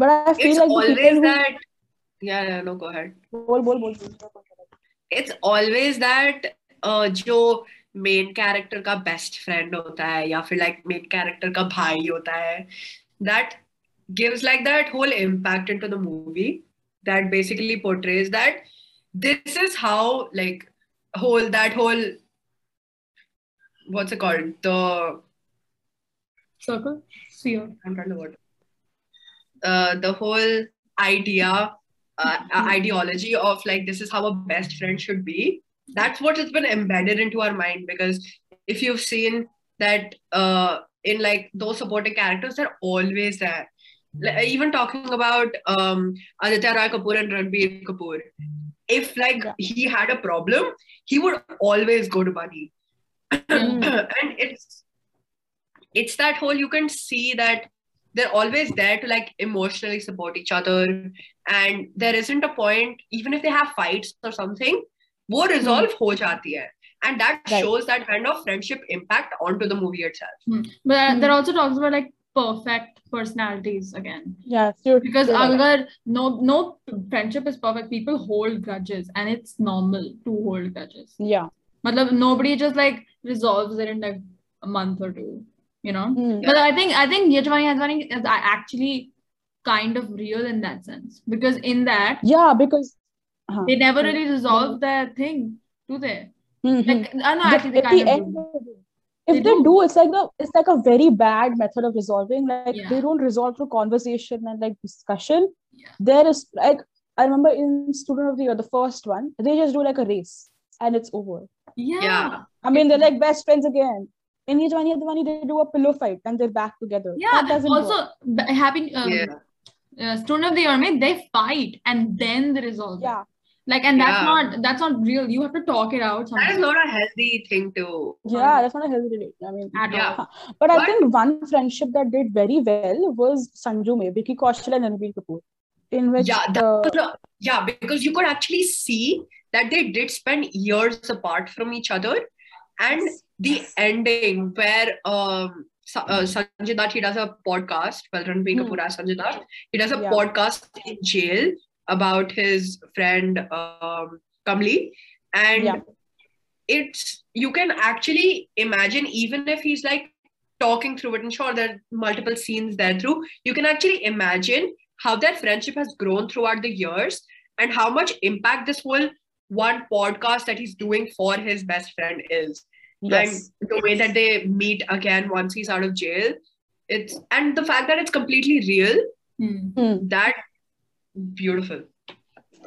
Speaker 2: But I feel like
Speaker 3: It's
Speaker 2: the people
Speaker 3: always
Speaker 2: who
Speaker 3: that. Yeah, yeah, no, go ahead.
Speaker 2: बोल बोल बोल
Speaker 3: It's always that. Uh, जो main character का best friend होता है या फिर like main character का भाई होता है that gives like that whole impact into the movie that basically portrays that this is how like whole that whole what's it called the
Speaker 1: circle sphere
Speaker 3: I'm trying to word. Uh, the whole idea, uh, uh, ideology of like this is how a best friend should be. That's what has been embedded into our mind because if you've seen that uh, in like those supporting characters, they're always there. Like, even talking about um, Aditya Roy Kapoor and Ranbir Kapoor, if like
Speaker 2: Yeah.
Speaker 3: he had a problem, he would always go to Bunny.
Speaker 2: Hmm. Mm.
Speaker 3: and it's it's that whole you can see that they're always there to like emotionally support each other and there isn't a point even if they have fights or something वो resolve हो जाती है and that
Speaker 2: Hmm. Right.
Speaker 3: shows that kind of friendship impact onto the movie itself
Speaker 1: but uh,
Speaker 2: Hmm.
Speaker 1: there also talks about like perfect personalities again
Speaker 2: yeah, you're
Speaker 1: because
Speaker 2: you're right.
Speaker 1: agar no no friendship is perfect people hold grudges and it's normal to hold grudges
Speaker 2: yeah.
Speaker 1: matlab nobody just like resolves it in like a month or two you know
Speaker 2: Mm.
Speaker 1: but i think i think yajwani Advani is a- actually kind of real in that sense because in that
Speaker 2: Yeah, because
Speaker 1: they never really resolve their thing do they
Speaker 2: Mhm.
Speaker 1: like i know
Speaker 2: But
Speaker 1: actually they
Speaker 2: at
Speaker 1: kind of
Speaker 2: the end,
Speaker 1: do.
Speaker 2: they do. if
Speaker 1: They
Speaker 2: they
Speaker 1: do.
Speaker 2: do, it's like a it's like a very bad method of resolving. Like
Speaker 1: Yeah.
Speaker 2: they don't resolve through conversation and like discussion.
Speaker 1: Yeah.
Speaker 2: There is like I remember in Student of the Year, the first one, they just do like a race and it's over.
Speaker 1: yeah,
Speaker 3: Yeah.
Speaker 1: yeah.
Speaker 2: I mean, they're like best friends again. In each one, the one they do a pillow fight and they're back together. That doesn't
Speaker 1: also,
Speaker 2: work.
Speaker 1: b- happy
Speaker 2: Hmm.
Speaker 1: um,
Speaker 3: yeah
Speaker 1: uh, student of the year, mate, they fight and then they resolve. it.
Speaker 2: Yeah,
Speaker 1: Like, and that's
Speaker 3: Yeah.
Speaker 1: not that's not real. You have to talk it out.
Speaker 3: that is
Speaker 1: Sometimes.
Speaker 3: not a healthy thing to
Speaker 2: yeah, that's not a healthy relation. I mean,
Speaker 1: At
Speaker 3: Yeah.
Speaker 1: all.
Speaker 2: but I
Speaker 3: But-
Speaker 2: think one friendship that did very well was Sanju May, Vicky Kaushal and Ranbir Kapoor, in which uh,
Speaker 3: Yeah, that
Speaker 2: the-
Speaker 3: yeah because you could actually see that they did spend years apart from each other and the ending where um Sa- uh, Sanjay Dutt, he does a podcast. Well, Ranbir
Speaker 2: Hmm.
Speaker 3: Kapoor as Sanjay Dutt, he does a
Speaker 2: Yeah.
Speaker 3: podcast in jail about his friend um, Kamli, and
Speaker 2: Yeah.
Speaker 3: it's you can actually imagine even if he's like talking through it, and sure there are multiple scenes there through. You can actually imagine how their friendship has grown throughout the years and how much impact this whole one podcast that he's doing for his best friend is
Speaker 2: yes.
Speaker 3: and the way that they meet again once he's out of jail it's and the fact that it's completely real
Speaker 1: Hmm.
Speaker 2: Hmm.
Speaker 3: that beautiful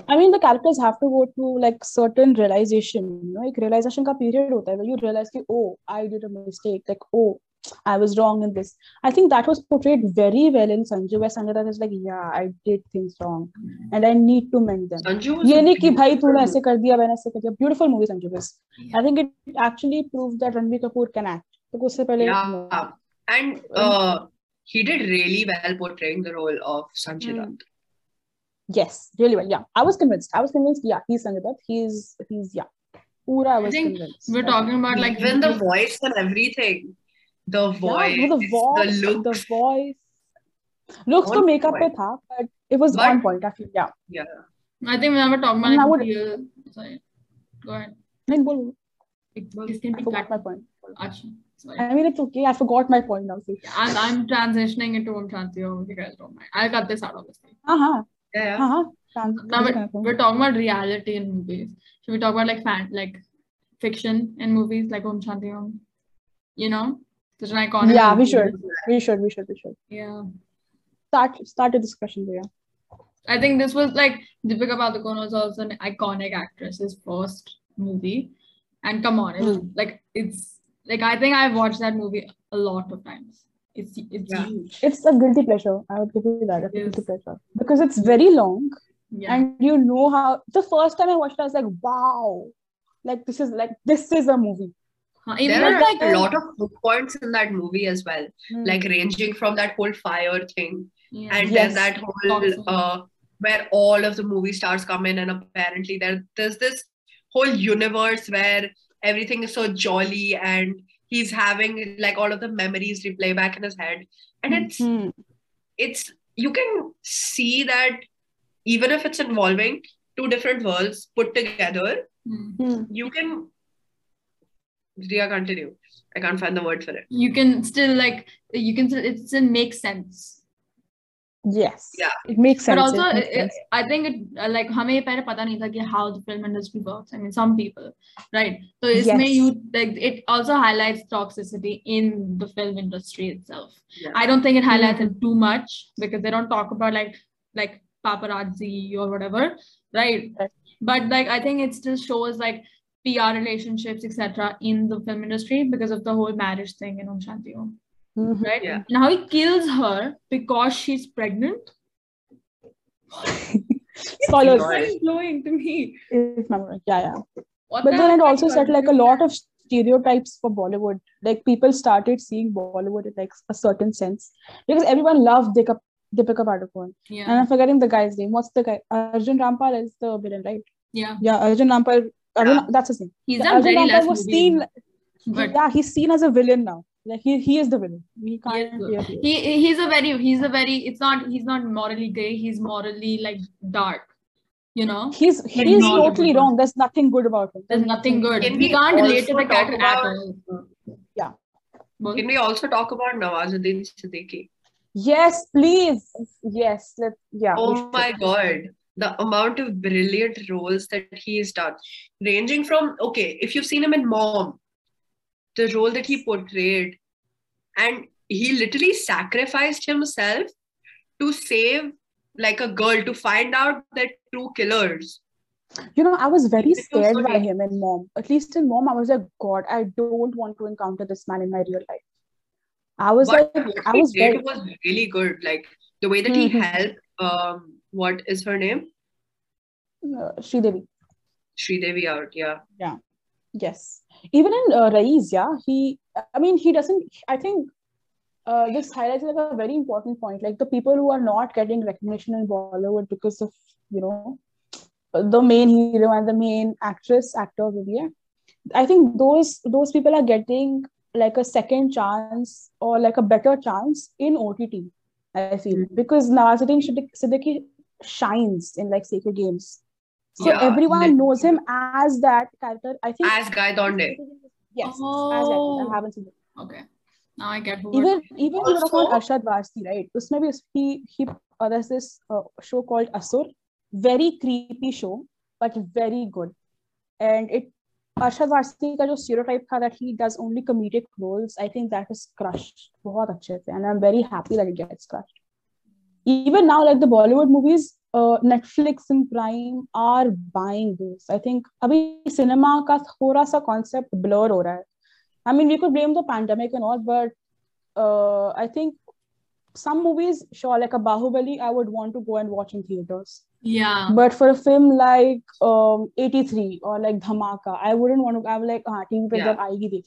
Speaker 2: I mean, the characters have to go through like certain realization, you know, एक realization का period होता है where you realize कि oh, I did a mistake, like oh, I was wrong in this. I think that was portrayed very well in Sanjay, where Sanjay Dutt is like, yeah, I did things wrong and I need to mend them.
Speaker 3: Sanju was
Speaker 2: ये
Speaker 3: a
Speaker 2: नहीं कि भाई तूने
Speaker 3: beautiful movie.
Speaker 2: ऐसे कर दिया मैंने ऐसे कर दिया ब्यूटीफुल मूवी संजू बस
Speaker 1: Yeah.
Speaker 2: I think it actually prove that Ranbir Kapoor can act तो उससे पहले
Speaker 3: yeah and uh, he did really well portraying the role of Sanjay
Speaker 2: Hmm.
Speaker 3: Dutt.
Speaker 2: Yes really well yeah I was convinced I was convinced yeah he Sanjay Dutt he is he is yeah पूरा I
Speaker 1: I
Speaker 2: was
Speaker 1: think
Speaker 2: convinced
Speaker 1: We're talking about like
Speaker 3: even the voice and everything the voice
Speaker 2: Yeah, no, the voice,
Speaker 3: the look
Speaker 2: the voice. Looks
Speaker 3: On
Speaker 2: तो makeup पे
Speaker 3: point.
Speaker 2: था, but it was
Speaker 3: But-
Speaker 2: on point. I feel yeah.
Speaker 1: I think we were talking about
Speaker 2: And I
Speaker 1: like,
Speaker 2: would-
Speaker 1: real. Sorry. Go ahead.
Speaker 2: नहीं बोल बोल,
Speaker 1: It, this can
Speaker 2: I
Speaker 1: be
Speaker 2: forgot
Speaker 1: cut.
Speaker 2: my point.
Speaker 1: Achha. Sorry.
Speaker 2: I mean it's okay. I forgot my point now. See.
Speaker 1: I'm, I'm transitioning into Om Shanti Om, if you guys don't mind. I'll cut this out, obviously.
Speaker 2: हाँ हाँ
Speaker 3: yeah,
Speaker 2: हाँ हाँ. trans-
Speaker 1: Now we're,
Speaker 2: trans-
Speaker 1: we're talking about reality in movies. Should we talk about like fan, like fiction in movies, like Om Shanti Om? You know, such an iconic.
Speaker 2: Yeah, we
Speaker 1: movie.
Speaker 2: should. We should. We should. We should.
Speaker 1: Yeah,
Speaker 2: Start. Start the discussion there.
Speaker 1: I think this was like Deepika Padukone was also an iconic actress's first movie, and come on, it was,
Speaker 2: Hmm.
Speaker 1: like it's like I think I've watched that movie a lot of times. It's it's
Speaker 3: Yeah.
Speaker 1: huge.
Speaker 2: It's a guilty pleasure. I would give you that. It's a
Speaker 1: Yes.
Speaker 2: guilty pleasure because it's very long,
Speaker 1: Yeah,
Speaker 2: and you know how. The first time I watched it, I was like, wow, like this is like this is a movie.
Speaker 1: Huh, even
Speaker 3: there are
Speaker 1: like
Speaker 3: like a lot of hook points in that movie as well
Speaker 2: Hmm.
Speaker 3: like ranging from that whole fire thing
Speaker 1: yeah.
Speaker 3: and
Speaker 2: Yes.
Speaker 3: then that
Speaker 1: Awesome.
Speaker 3: whole uh, where all of the movie stars come in and apparently there there's this whole universe where everything is so jolly and he's having like all of the memories replay back in his head and it's
Speaker 2: Hmm.
Speaker 3: it's you can see that even if it's involving two different worlds put together
Speaker 1: Hmm.
Speaker 2: Hmm.
Speaker 3: you can Ria continue I can't find the word for it
Speaker 1: you can still like you can still it still makes sense
Speaker 2: Yes.
Speaker 3: Yeah.
Speaker 2: It makes
Speaker 1: but
Speaker 2: sense.
Speaker 1: also
Speaker 2: it
Speaker 1: it,
Speaker 2: makes sense.
Speaker 1: i think it uh, like हमें पहले पता नहीं था कि how the film industry works i mean some people right so इसमें
Speaker 2: Yes.
Speaker 1: you like it also highlights toxicity in the film industry itself
Speaker 3: Yeah.
Speaker 1: i don't think it highlights
Speaker 2: Mm-hmm.
Speaker 1: it too much because they don't talk about like like paparazzi or whatever right
Speaker 2: Right.
Speaker 1: but like i think it still shows like PR relationships, etc., in the film industry because of the whole marriage thing in Om Shanti Om.
Speaker 2: Mhm.
Speaker 1: right?
Speaker 3: Yeah.
Speaker 1: Now he kills her because she's pregnant.
Speaker 2: Spoilers.
Speaker 3: Nice.
Speaker 1: Mind blowing to me.
Speaker 2: It's memorable. Yeah, yeah.
Speaker 1: What
Speaker 2: But
Speaker 1: the
Speaker 2: then
Speaker 1: heck
Speaker 2: it also
Speaker 1: are
Speaker 2: set
Speaker 1: you
Speaker 2: like a
Speaker 1: doing?
Speaker 2: lot of stereotypes for Bollywood. Like people started seeing Bollywood in like a certain sense because everyone loved Deepak- Deepika Padukone. And
Speaker 1: Yeah,
Speaker 2: I'm forgetting the guy's name. What's the guy? Arjun Rampal is the villain, right?
Speaker 1: yeah.
Speaker 2: Yeah, Arjun Rampal Arun, that's his name.
Speaker 1: He's
Speaker 2: Yeah,
Speaker 1: done
Speaker 2: Arjun
Speaker 1: very
Speaker 2: Rampal
Speaker 1: last
Speaker 2: was
Speaker 1: movie,
Speaker 2: seen.
Speaker 1: but
Speaker 2: yeah, he's seen as a villain now. Like he, he is the villain. He
Speaker 1: he
Speaker 2: can't.
Speaker 1: is
Speaker 2: be a
Speaker 1: good.
Speaker 2: hero.
Speaker 1: he he's a very he's a very it's not he's not morally gray. He's morally like dark. You know,
Speaker 2: He's
Speaker 1: Like,
Speaker 2: he's
Speaker 1: not a
Speaker 2: totally
Speaker 1: villain.
Speaker 2: wrong. There's nothing good about him.
Speaker 1: there's nothing good.
Speaker 3: Can
Speaker 1: we
Speaker 3: we
Speaker 1: can't relate to
Speaker 3: also
Speaker 1: the character
Speaker 3: talk
Speaker 1: at
Speaker 3: about-
Speaker 1: all.
Speaker 2: Yeah.
Speaker 1: Well,
Speaker 3: Can we also talk about Nawazuddin Siddiqui?
Speaker 2: Yes, please. Yes, let yeah. we
Speaker 3: Oh
Speaker 2: should.
Speaker 3: my god, the amount of brilliant roles that he has done, ranging from okay, if you've seen him in Mom, the role that he portrayed, and he literally sacrificed himself to save like a girl to find out that true killers.
Speaker 2: You know, I was very
Speaker 3: It was so
Speaker 2: scared by
Speaker 3: dangerous.
Speaker 2: him in Mom. At least in Mom, I was like, God, I don't want to encounter this man in my real life. I was
Speaker 3: But
Speaker 2: like,
Speaker 3: what
Speaker 2: I
Speaker 3: he
Speaker 2: was
Speaker 3: did
Speaker 2: very
Speaker 3: was really good. Like the way that he
Speaker 2: Mhm.
Speaker 3: helped um what is her name?
Speaker 2: uh, Sridevi.
Speaker 3: Sridevi out, yeah.
Speaker 2: Yes, even in uh, Raiz, yeah, he. I mean, he doesn't. I think uh, this highlights like a very important point. Like the people who are not getting recognition in Bollywood because of you know the main hero and the main actress actor Vivek. I think those those people are getting like a second chance or like a better chance in OTT. I feel because Nawazuddin Siddiqui- Siddiqui shines in like Sacred Games. So
Speaker 3: Yeah,
Speaker 2: everyone
Speaker 3: like-
Speaker 2: knows him as that character. I think
Speaker 3: As Guy Donde.
Speaker 2: Yes, as that.
Speaker 1: Oh.
Speaker 2: I haven't seen it.
Speaker 1: Okay. Now I get who we're-
Speaker 2: Even even you
Speaker 3: Also-
Speaker 2: know called Arshad Vasti, right? Usme bhi us- he he uh, there's this uh, show called Asur, very creepy show, but very good. And it Arshad Vasti का जो stereotype था that he does only comedic roles, I think that is crushed बहुत अच्छे से, and I'm very happy that it gets crushed. Even now, like the Bollywood movies, uh, Netflix and Prime are buying those. I think अभी cinema का थोड़ा सा concept blur हो रहा है. I mean, we could blame the pandemic and all, but uh, I think some movies, sure, like a Bahubali, I would want to go and watch in theaters.
Speaker 1: yeah.
Speaker 2: But for a film like um, 83 or like Dhamaka, I wouldn't want to. I'm like, ah, TV pe
Speaker 3: Yeah.
Speaker 2: jab aayegi dekh.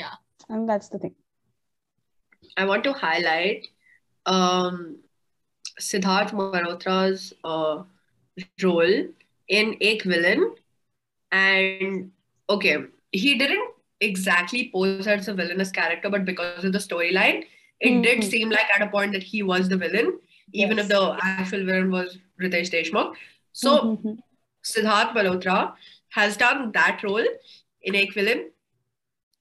Speaker 1: Yeah.
Speaker 2: And that's the thing.
Speaker 3: I want to highlight um, Siddharth Malhotra's uh, role in Ek Villain. And okay, he didn't exactly pose as a villainous character, but because of the storyline, it did
Speaker 2: Mhm.
Speaker 3: seem like at a point that he was the villain, even
Speaker 2: Yes.
Speaker 3: if the actual villain was Ritesh Deshmukh. So
Speaker 2: Mhm.
Speaker 3: Siddharth Malhotra has done that role in Ek Villain.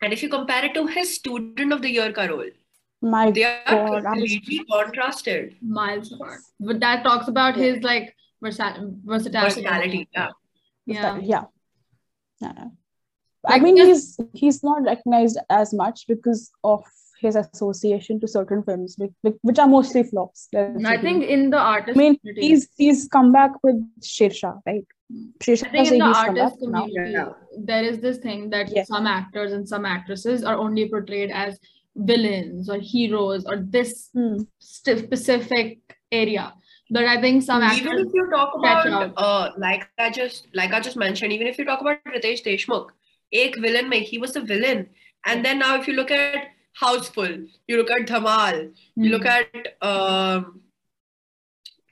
Speaker 3: And if you compare it to his student of the year ka role,
Speaker 2: mm-hmm. my
Speaker 3: they are
Speaker 2: God, I was-
Speaker 3: completely contrasted.
Speaker 1: Miles apart. But that talks about
Speaker 2: Yeah.
Speaker 1: his like versa- versatility.
Speaker 3: Personality. Yeah.
Speaker 1: Yeah.
Speaker 2: yeah. Yeah. I
Speaker 1: Like,
Speaker 2: mean,
Speaker 1: just-
Speaker 2: he's he's not recognized as much because of his association to certain films, which, which- which are mostly flops. let's
Speaker 1: I
Speaker 2: agree.
Speaker 1: think in the artist
Speaker 2: I mean,
Speaker 1: community,
Speaker 2: he's he's come back with Shersha, right? Shersha
Speaker 1: I think in the
Speaker 2: he's come
Speaker 1: artist
Speaker 2: back now.
Speaker 1: community,
Speaker 3: Yeah.
Speaker 1: there is this thing that
Speaker 2: Yes.
Speaker 1: some actors and some actresses are only portrayed as villains or heroes or this
Speaker 2: Hmm.
Speaker 1: st- specific area. But I think some
Speaker 3: Even
Speaker 1: actors,
Speaker 3: if you talk
Speaker 1: Catch
Speaker 3: about uh, like I just like I just mentioned, even if you talk about Ritesh Deshmukh, Ek Villain mein, he was the villain. And then now if you look at Houseful, you look at Dhamal, you look at um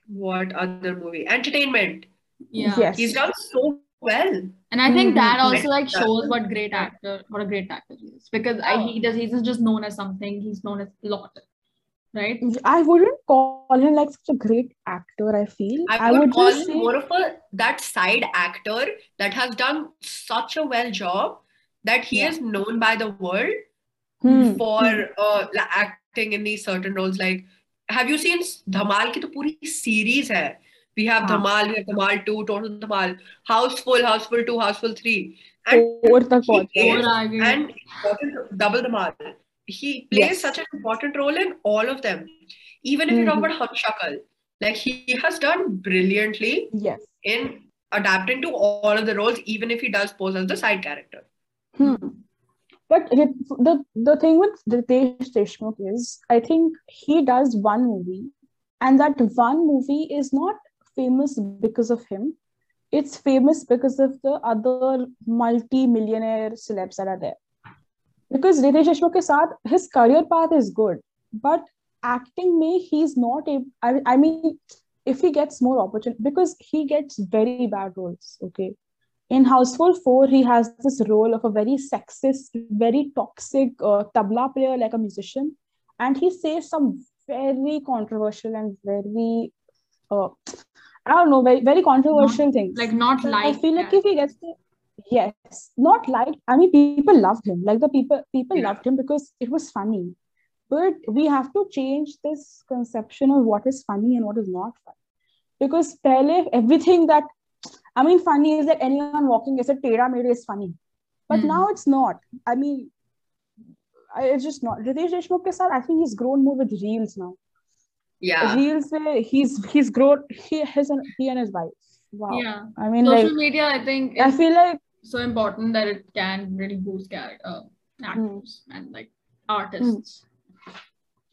Speaker 3: what other movie? Entertainment.
Speaker 1: Hmm, yeah.
Speaker 2: Yes.
Speaker 3: He's done so well.
Speaker 1: And I think
Speaker 2: Mhm.
Speaker 1: that also
Speaker 3: Like,
Speaker 1: like
Speaker 3: uh,
Speaker 1: shows what great actor, what a great actor he is, because I,
Speaker 3: Oh.
Speaker 1: he does, he isn't just known as something; he's known as a lot, right?
Speaker 2: I wouldn't call him like such a great actor. I feel
Speaker 3: I would, call
Speaker 2: just
Speaker 3: him
Speaker 2: say
Speaker 3: more of a that side actor that has done such a well job that he
Speaker 2: Yeah.
Speaker 3: is known by the world
Speaker 2: Hmm.
Speaker 3: for uh, la- acting in these certain roles. Like, have you seen s- Dhamal की तो पूरी series है. We have
Speaker 2: हाँ.
Speaker 3: Dhamal, we have Dhamal two, total Dhamal, Houseful, Houseful two, Houseful three, and
Speaker 2: four तक
Speaker 3: he
Speaker 2: पहुंचा.
Speaker 3: plays
Speaker 1: Or आगे-
Speaker 3: and important- double Dhamal. He plays
Speaker 2: Yes.
Speaker 3: such an important role in all of them. Even if you talk
Speaker 2: Mhm.
Speaker 3: about Hamshakal, like he has done brilliantly
Speaker 2: Yes.
Speaker 3: in adapting to all of the roles, even if he does pose as the side character.
Speaker 2: Hmm. But it, the the thing with Ritesh Deshmukh is, I think he does one movie, and that one movie is not famous because of him. It's famous because of the other multi-millionaire celebs that are there. Because Ritesh Deshmukh ke saath, his career path is good, but acting may he's not a. I I mean, if he gets more opportunity, because he gets very bad roles. Okay, in Household 4, he has this role of a very sexist, very toxic uh, tabla player, like a musician. And he says some very controversial and very, uh, I don't know, very, very controversial things.
Speaker 1: like not
Speaker 2: So
Speaker 1: like
Speaker 2: I feel like if he gets the yes, not liked. I mean, people loved him. Like the people, people
Speaker 3: Yeah.
Speaker 2: loved him because it was funny. But we have to change this conception of what is funny and what is not funny. Because pehle everything that I mean, funny is that anyone walking is a tera made is funny, but
Speaker 1: Hmm.
Speaker 2: now it's not. I mean, I, it's just not. Ritesh Deshmukh ke saath, I think he's grown more with reels now.
Speaker 3: Yeah.
Speaker 2: Reels, mein he's he's grown. He his and he and his wife. Wow.
Speaker 1: yeah
Speaker 2: I mean,
Speaker 1: social
Speaker 2: like
Speaker 1: media i think
Speaker 2: I
Speaker 1: is
Speaker 2: feel like
Speaker 1: so important that it can really boost character uh, actors and like artists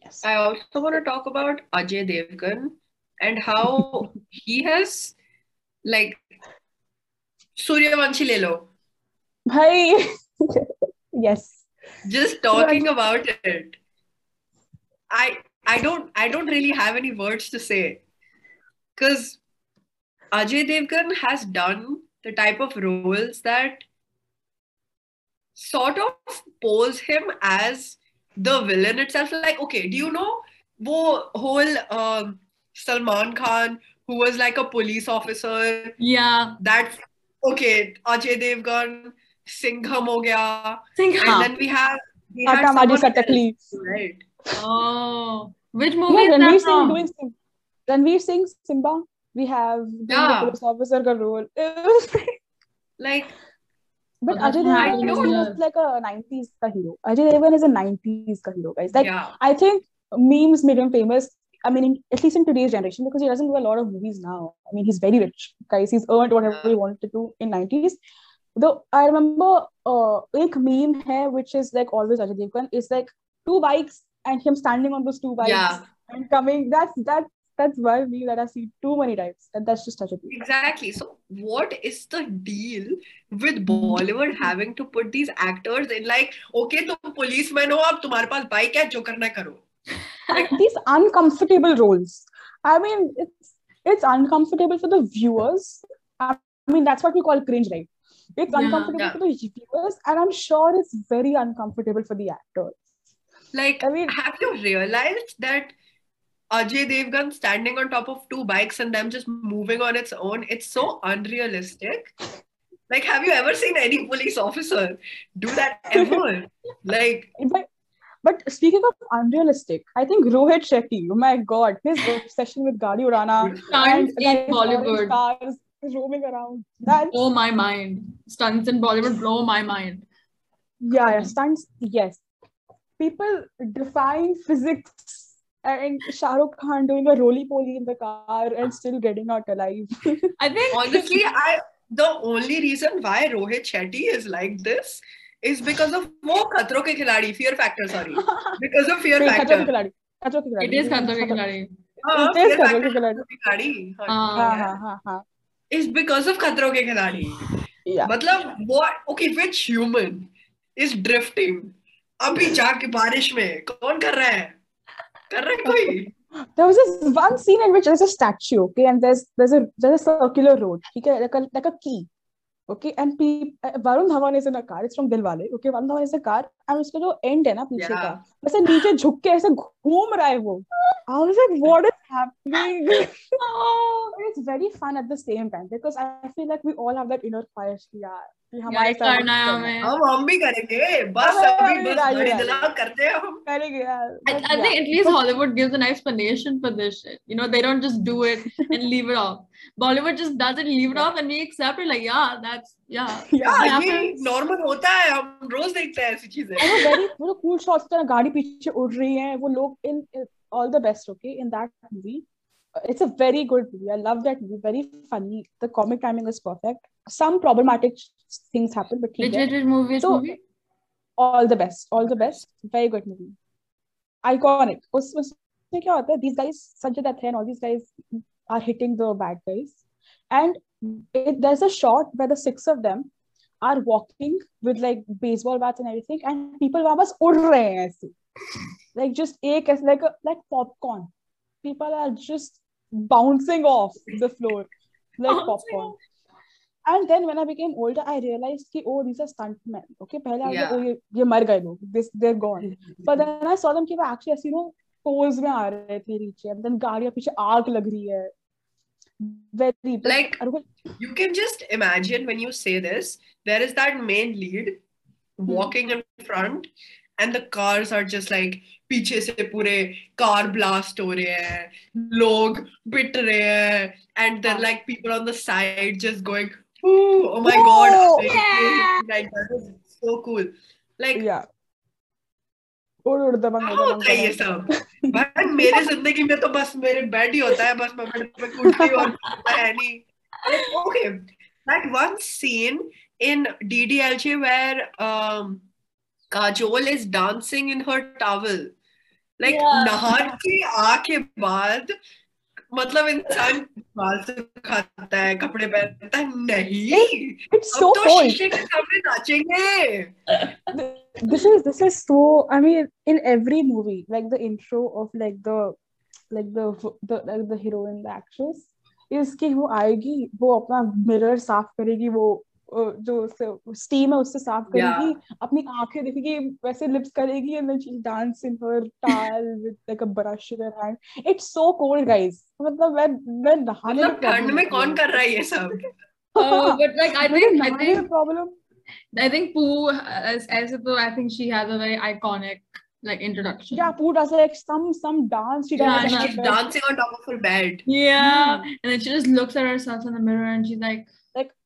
Speaker 2: yes.
Speaker 3: I also want to talk about Ajay Devgan and how he has like Suryavanshi Lelo.
Speaker 2: Bhai, yes.
Speaker 3: Just talking about it. I I don't I don't really have any words to say. Cause Ajay Devgan has done the type of roles that sort of pose him as the villain itself. Like, okay, do you know wo whole um, Salman Khan who was like a police officer?
Speaker 1: yeah
Speaker 3: That's okay. Ajay Devgan, Singham ho gaya.
Speaker 1: i think
Speaker 3: And then we have we had
Speaker 2: Tata Madi
Speaker 3: someone else,
Speaker 2: Katakli.
Speaker 3: right?
Speaker 1: oh which movie
Speaker 2: Yeah,
Speaker 1: is that
Speaker 2: Ranveer Singh
Speaker 1: from
Speaker 2: doing Simba. Ranveer Singh Simba. We have doing
Speaker 3: Yeah.
Speaker 2: the police officer ka role. but
Speaker 3: Like,
Speaker 1: that's
Speaker 3: Oh,
Speaker 2: Ajay
Speaker 1: not
Speaker 2: Devgan is
Speaker 3: ideal.
Speaker 2: kind of like a 90s ka hero. Ajay Devgan is a 90s ka hero, guys. Like
Speaker 3: yeah,
Speaker 2: I think memes made him famous. I mean, in, at least in today's generation, because he doesn't do a lot of movies now. I mean, he's very rich, guys. He's earned whatever he wanted to do in 90s. Though I remember uh, एक meme hai, which is like always Ajay Devgan, is like two bikes and him standing on those two bikes
Speaker 3: yeah,
Speaker 2: and coming. That's that's that's one meme that I've seen too many times, and that's just Ajay Devgan.
Speaker 3: exactly. So, what is the deal with Bollywood having to put these actors in like, okay, तुम policeman हो, अब तुम्हारे पास bike है, जो करना है करो.
Speaker 2: These uncomfortable roles. I mean, it's it's uncomfortable for the viewers. I mean, that's what we call cringe, right? It's
Speaker 1: Yeah,
Speaker 2: uncomfortable
Speaker 3: yeah.
Speaker 2: for the viewers, and I'm sure it's very uncomfortable for the actors.
Speaker 3: Like,
Speaker 2: I mean,
Speaker 3: have you realized that Ajay Devgan standing on top of two bikes and them just moving on its own? It's so unrealistic. Like, have you ever seen any police officer do that ever? Like,
Speaker 2: but but speaking of unrealistic, I think Rohit Shetty. Oh my God, his obsession with Gadi Urana
Speaker 1: stunts
Speaker 2: and
Speaker 1: in
Speaker 2: like, orange
Speaker 1: bollywood
Speaker 2: cars roaming around. That's
Speaker 1: blow my mind stunts in bollywood blow my mind
Speaker 2: yeah, yeah, stunts. Yes, people defying physics and Shah Rukh Khan doing a roly poly in the car and still getting out alive.
Speaker 1: i think
Speaker 3: honestly, I the only reason why Rohit Shetty is like this is because of वो Khatron Ke Khiladi fear factor sorry because of fear
Speaker 2: Wait, Khatro Ke
Speaker 3: factor
Speaker 2: Khiladi. Khatro Ke Khiladi.
Speaker 1: it is Khanto Ke Khiladi.
Speaker 3: हाँ,
Speaker 2: It is
Speaker 3: fear
Speaker 2: Khatron
Speaker 3: factor
Speaker 2: Ke Khiladi.
Speaker 3: Khiladi
Speaker 1: हाँ,
Speaker 2: हाँ,
Speaker 3: हाँ,
Speaker 2: हाँ, हाँ, हाँ.
Speaker 3: is because of खतरों के खिलाड़ी
Speaker 2: Yeah.
Speaker 3: मतलब what okay which human is drifting अभी जाके बारिश में कौन कर रहा है कर रहा है कोई
Speaker 2: There was this one scene in which there's a statue, okay, and there's there's a there's a circular road, okay, like a like a key, okay, and pe- uh, Varun Dhawan is in a car. It's from Dilwale, okay. Varun Dhawan is in a car, and उसका जो end है ना पीछे
Speaker 3: Yeah.
Speaker 2: का, वैसे नीचे झुक के ऐसे घूम रहा है वो. I was like, what is happening?
Speaker 1: Oh,
Speaker 2: But it's very fun at the same time because I feel like we all have that inner ख्वाहिश कि यार कि
Speaker 1: yeah, Oh,
Speaker 2: हमारे
Speaker 1: it
Speaker 2: साथ
Speaker 1: करना है
Speaker 2: करना है.
Speaker 1: हमें.
Speaker 3: हम हम भी करेंगे बस
Speaker 2: अरे,
Speaker 3: अभी
Speaker 2: अभी राजी
Speaker 3: बस गाड़ी
Speaker 2: राजी।
Speaker 3: दिलाओ करते हैं हम
Speaker 2: करेंगे यार.
Speaker 1: I,
Speaker 2: But
Speaker 1: I
Speaker 2: yeah.
Speaker 1: think at least Hollywood gives an explanation for this shit. You know, they don't just do it and leave it off. Bollywood just does it, leave it off, and we accept it. Like, yeah, that's yeah.
Speaker 2: Yeah.
Speaker 1: Yeah.
Speaker 3: हाँ, ये normal होता है हम रोज देखते हैं ऐसी चीजें
Speaker 2: और वो वेरी वो जो कूल शॉट्स थे ना गाड़ी पीछे उड़ रही है वो लोग in all the best okay in that movie it's a very good movie I love that movie very funny the comic timing is perfect some problematic things happen but
Speaker 1: Which
Speaker 2: ठीक
Speaker 1: which
Speaker 2: है
Speaker 1: which movie? Which
Speaker 2: So-
Speaker 1: movie?
Speaker 2: All the best all the best very good movie iconic उस उसमें क्या होता है these guys Sanjay Dutt and all these guys are hitting the bad guys and there's a shot where the six of them are walking with like baseball bats and everything and people वहां बस उड़ रहे हैं ऐसे like just एक ऐसे like a, like popcorn people are just bouncing off the floor like
Speaker 1: Bouncing
Speaker 2: popcorn And then when I became older, I realized कि oh these are stuntmen. Okay, पहले I was like
Speaker 3: Yeah.
Speaker 2: oh ये ये मर गए लोग. This they're gone. But then I saw them कि वो actually ऐसे ना pose में आ रहे थे नीचे. And then गाड़ियाँ पीछे आग लग रही है. Very but-
Speaker 3: Like-
Speaker 2: अरे वो-
Speaker 3: You can just imagine when you say this, there is that main lead walking in front, and the cars are just like पीछे से पूरे car blast हो रहे हैं, लोग पिट रहे हैं, and then
Speaker 2: हाँ.
Speaker 3: like people on the side just going, "Ooh, oh my god,
Speaker 2: Whoa,
Speaker 3: I
Speaker 1: yeah.
Speaker 3: feel like that was so cool." Like
Speaker 2: yeah. उड़ उड़ दबंग
Speaker 3: कहाँ
Speaker 2: उड़,
Speaker 3: होता है ये
Speaker 2: दबंग,
Speaker 3: हाँ, सब भाई मेरे जिंदगी में तो बस मेरे बेड ही होता है बस मैं बेड पे कूदती हूँ और कुछ है नहीं okay that one scene in DDLJ where um Kajol is dancing in her towel like
Speaker 1: Yeah.
Speaker 3: नहान के आ के बाद मतलब इंसान बाल खाता है कपड़े पहनता है नहीं
Speaker 2: दबंग. It's
Speaker 3: अब
Speaker 2: so
Speaker 3: तो
Speaker 2: cold.
Speaker 3: शीशे के सामने नाचेंगे
Speaker 2: this is this is so i mean in every movie like the intro of like the like the the like the heroine the actress is कि वो आएगी वो अपना मिरर साफ करेगी वो अ, जो उससे स्टीम है उससे साफ करेगी अपनी आंखें देखेगी वैसे लिप्स करेगी and then she dance in her towel with like a brush in her hand it's so cold guys मतलब मैं मैं नहाने
Speaker 3: मतलब ठंड में कौन कर रहा है ये सब
Speaker 1: Uh, but like I
Speaker 2: मतलब
Speaker 1: think I think
Speaker 2: problem
Speaker 1: I think Pooh as as a Pooh, I think she has a very iconic like introduction.
Speaker 2: या पूरा से like some some dance she
Speaker 1: Yeah,
Speaker 2: does
Speaker 1: and
Speaker 2: on her
Speaker 3: she's
Speaker 2: bed.
Speaker 3: dancing on top of her bed
Speaker 1: Yeah. And then she just looks at herself in the mirror and she's like,
Speaker 2: Like-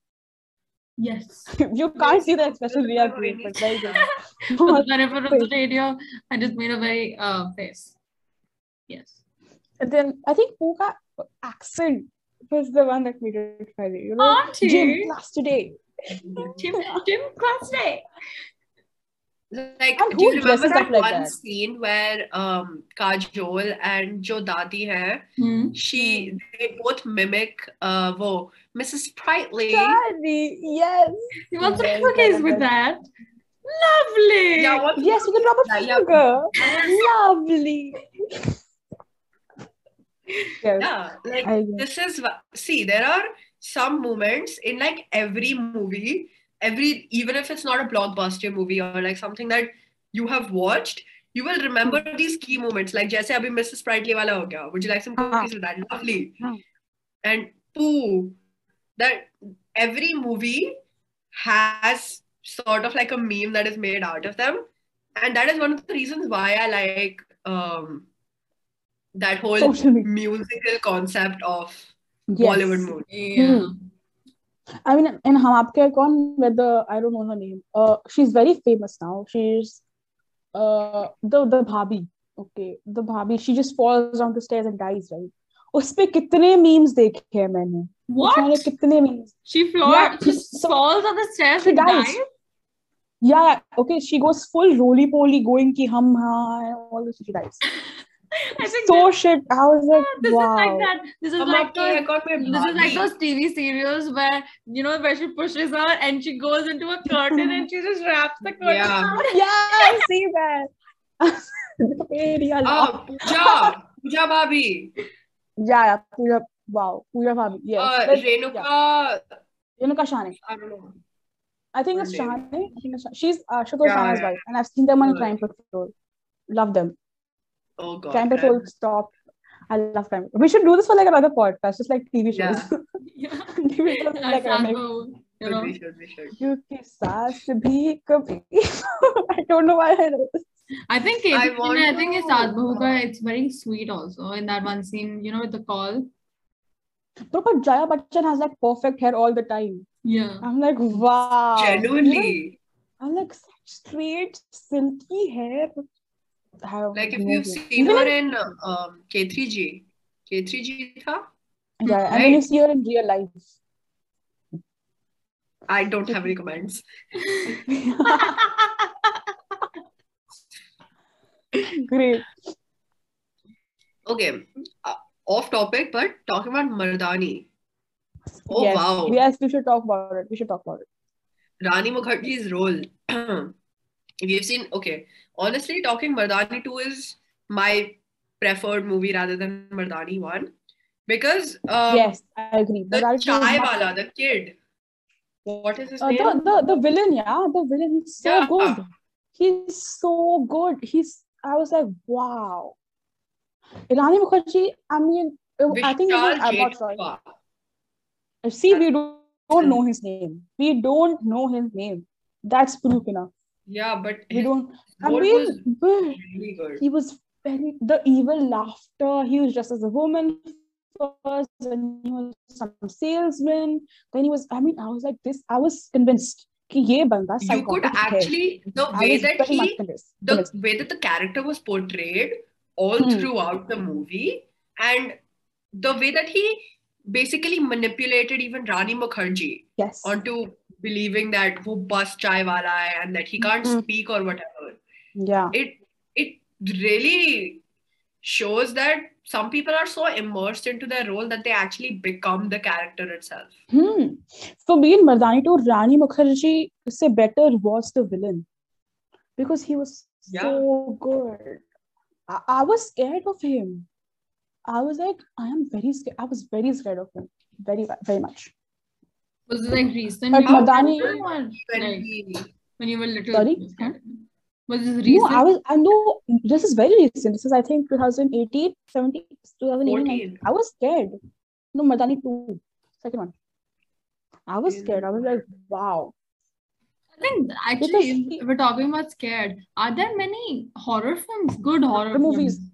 Speaker 1: yes.
Speaker 2: you can't see the expression we are
Speaker 3: No,
Speaker 2: doing,
Speaker 3: it
Speaker 2: but
Speaker 3: is-
Speaker 2: there you
Speaker 1: For
Speaker 2: go.
Speaker 1: the benefit of the radio, I just made a very uh face. Yes.
Speaker 2: And then I think Pooka accent was the one that made it funny. You know, gym
Speaker 1: Auntie,
Speaker 2: class today.
Speaker 1: Jim, Jim class day.
Speaker 3: Like,
Speaker 2: And
Speaker 3: do
Speaker 2: who
Speaker 3: you remember
Speaker 2: dresses up
Speaker 3: that
Speaker 2: like
Speaker 3: one
Speaker 2: that?
Speaker 3: scene where um Kajol and जो दादी है,
Speaker 1: Hmm.
Speaker 3: she they both mimic uh वो Mrs. Sprightly.
Speaker 2: Daddy, yes.
Speaker 1: What's the
Speaker 2: Yes,
Speaker 1: cookies
Speaker 2: that-
Speaker 1: with that? Lovely.
Speaker 3: Yeah, what
Speaker 2: Yes, with the proper
Speaker 3: Yeah, yeah.
Speaker 2: finger. Lovely. Yes.
Speaker 3: yeah, like
Speaker 2: I agree.
Speaker 3: this is wha- see there are some moments in like every movie every even if it's not a blockbuster movie or like something that you have watched you will remember
Speaker 2: Hmm.
Speaker 3: these key moments like jaise abhi mrs sprightly wala ho gaya would you like some
Speaker 2: हाँ. Hmm.
Speaker 3: cookies with that lovely
Speaker 2: हाँ.
Speaker 3: and poo that every movie has sort of like a meme that is made out of them and that is one of the reasons why i like um that whole
Speaker 2: Social media.
Speaker 3: musical concept of Bollywood
Speaker 2: Yes.
Speaker 3: movie.
Speaker 1: Yeah.
Speaker 2: I mean, in Hum Aapke Hai Kaun, where the I don't know her name. Uh, she's very famous now. She's uh the the bhabi. Okay, the bhabi. She just falls down the stairs and dies, right? उसपे कितने memes देखे हैं मैंने मैंने
Speaker 1: What?
Speaker 2: कितने memes
Speaker 1: She floor
Speaker 2: Yeah,
Speaker 1: she
Speaker 2: so-
Speaker 1: falls on the stairs
Speaker 2: she
Speaker 1: and
Speaker 2: dies.
Speaker 1: dies.
Speaker 2: yeah okay she goes full roly poly going ki hum हाँ and all this she dies
Speaker 1: I think
Speaker 2: so
Speaker 1: this,
Speaker 2: shit I was like
Speaker 1: this
Speaker 2: wow
Speaker 1: is like that. This is
Speaker 3: Hum
Speaker 1: like
Speaker 3: Aapke Hai
Speaker 1: those,
Speaker 3: Kaun mein
Speaker 1: this is like
Speaker 3: Barbie.
Speaker 1: those TV serials where you know where she pushes her and she goes into a curtain and she just wraps the curtain.
Speaker 3: Yeah.
Speaker 1: around.
Speaker 2: yeah I see that the way real
Speaker 3: Oh, Pooja, Pooja Bhabhi,
Speaker 2: yeah yeah Pooja wow Pooja bhabi yes
Speaker 3: uh,
Speaker 2: but,
Speaker 3: Renuka,
Speaker 2: yeah, Renuka Shah ने
Speaker 3: I don't know.
Speaker 2: I think it's
Speaker 3: Her name.
Speaker 2: Shahane. I think it's Shah- she's uh, Ashutosh
Speaker 3: Yeah,
Speaker 2: Shahana's
Speaker 3: yeah.
Speaker 2: wife, and I've seen them on
Speaker 3: Yeah.
Speaker 2: Crime Patrol. Love them.
Speaker 3: Oh God.
Speaker 2: Crime Patrol stopped. I love Crime. We should do this for like another podcast, just like TV shows.
Speaker 3: Yeah.
Speaker 1: yeah.
Speaker 2: TV shows
Speaker 1: And
Speaker 2: like, I'm like,
Speaker 1: Sanju, you
Speaker 3: Should
Speaker 1: know,
Speaker 3: we, should we, should.
Speaker 2: "क्योंकि सास भी कभी." I don't know why I know this.
Speaker 1: I think
Speaker 3: I
Speaker 1: I,
Speaker 3: want
Speaker 1: I think
Speaker 3: to-
Speaker 1: it's Saad Bahu ka, it's very sweet also in that one scene, you know, with the call.
Speaker 2: Bro, but Jaya Bachchan has like perfect hair all the time.
Speaker 1: Yeah.
Speaker 2: I'm like, wow. Even-
Speaker 3: Genuinely,
Speaker 2: I'm like such straight, silky hair. I have
Speaker 3: like if
Speaker 2: no
Speaker 3: you've
Speaker 2: clue.
Speaker 3: seen her in uh, um, K3G, K3G tha?
Speaker 2: yeah, and then you
Speaker 3: right?
Speaker 2: see her in real life.
Speaker 3: I don't have any comments.
Speaker 2: Great.
Speaker 3: Okay, uh, off topic, but talking about Mardani. Oh
Speaker 2: yes.
Speaker 3: wow,
Speaker 2: Yes, we should talk about it. We should talk about it.
Speaker 3: Rani Mukherjee's role. if you've seen, okay, honestly, talking Mardani 2 is my preferred movie rather than Mardani 1 because um,
Speaker 2: yes, I agree.
Speaker 3: the
Speaker 2: But I'll
Speaker 3: Chai
Speaker 2: choose-
Speaker 3: Wala, the kid, What is his
Speaker 2: Uh,
Speaker 3: name?
Speaker 2: the, the the villain, yeah, the villain is so
Speaker 3: Yeah.
Speaker 2: good. He's so good. He's I was like, wow. Irani Mukherjee, I mean, it- I think it was
Speaker 3: Vishal
Speaker 2: Abbott Roy.
Speaker 3: Jaiswal.
Speaker 2: See, we don't don't know his name. We don't know his name. That's proof enough.
Speaker 3: Yeah, but
Speaker 2: We
Speaker 3: his
Speaker 2: don't. I
Speaker 3: role was
Speaker 2: mean, but
Speaker 3: really good.
Speaker 2: he was very the evil laughter. He was dressed as a woman first, and he was some salesman. Then he was. I mean, I was like this. I was convinced. कि ये बंदा
Speaker 3: You could
Speaker 2: psychotic है.
Speaker 3: actually the
Speaker 2: I
Speaker 3: way
Speaker 2: was
Speaker 3: that
Speaker 2: very
Speaker 3: he
Speaker 2: much convinced-
Speaker 3: the
Speaker 2: convinced.
Speaker 3: way that the character was portrayed all
Speaker 2: Hmm.
Speaker 3: throughout the movie and the way that he basically manipulated even Rani Mukherjee
Speaker 2: yes
Speaker 3: onto believing that wo bus chai wala hai and that he can't
Speaker 2: Hmm.
Speaker 3: speak or whatever.
Speaker 2: yeah
Speaker 3: It it really shows that some people are so immersed into their role that they actually become the character itself.
Speaker 2: hmm. for me in Mardani too Rani Mukherjee say better was the villain because he was so good I, I was scared of him I was like I am very scared I was very scared of him very very much
Speaker 1: Was it like recent?
Speaker 2: But Madani-
Speaker 3: When
Speaker 1: Like-
Speaker 3: he
Speaker 1: when you were little.
Speaker 2: Sorry?
Speaker 1: Was this
Speaker 2: no
Speaker 1: recent?
Speaker 2: I was I know this is very recent this is I think 2018 17 2018
Speaker 3: 14.
Speaker 2: I was scared no Madani too second one I was scared I was like wow
Speaker 1: I think
Speaker 2: Because
Speaker 1: actually
Speaker 2: he-
Speaker 1: if we're talking about scared. Are there many horror films? Good horror
Speaker 2: movies.
Speaker 1: films?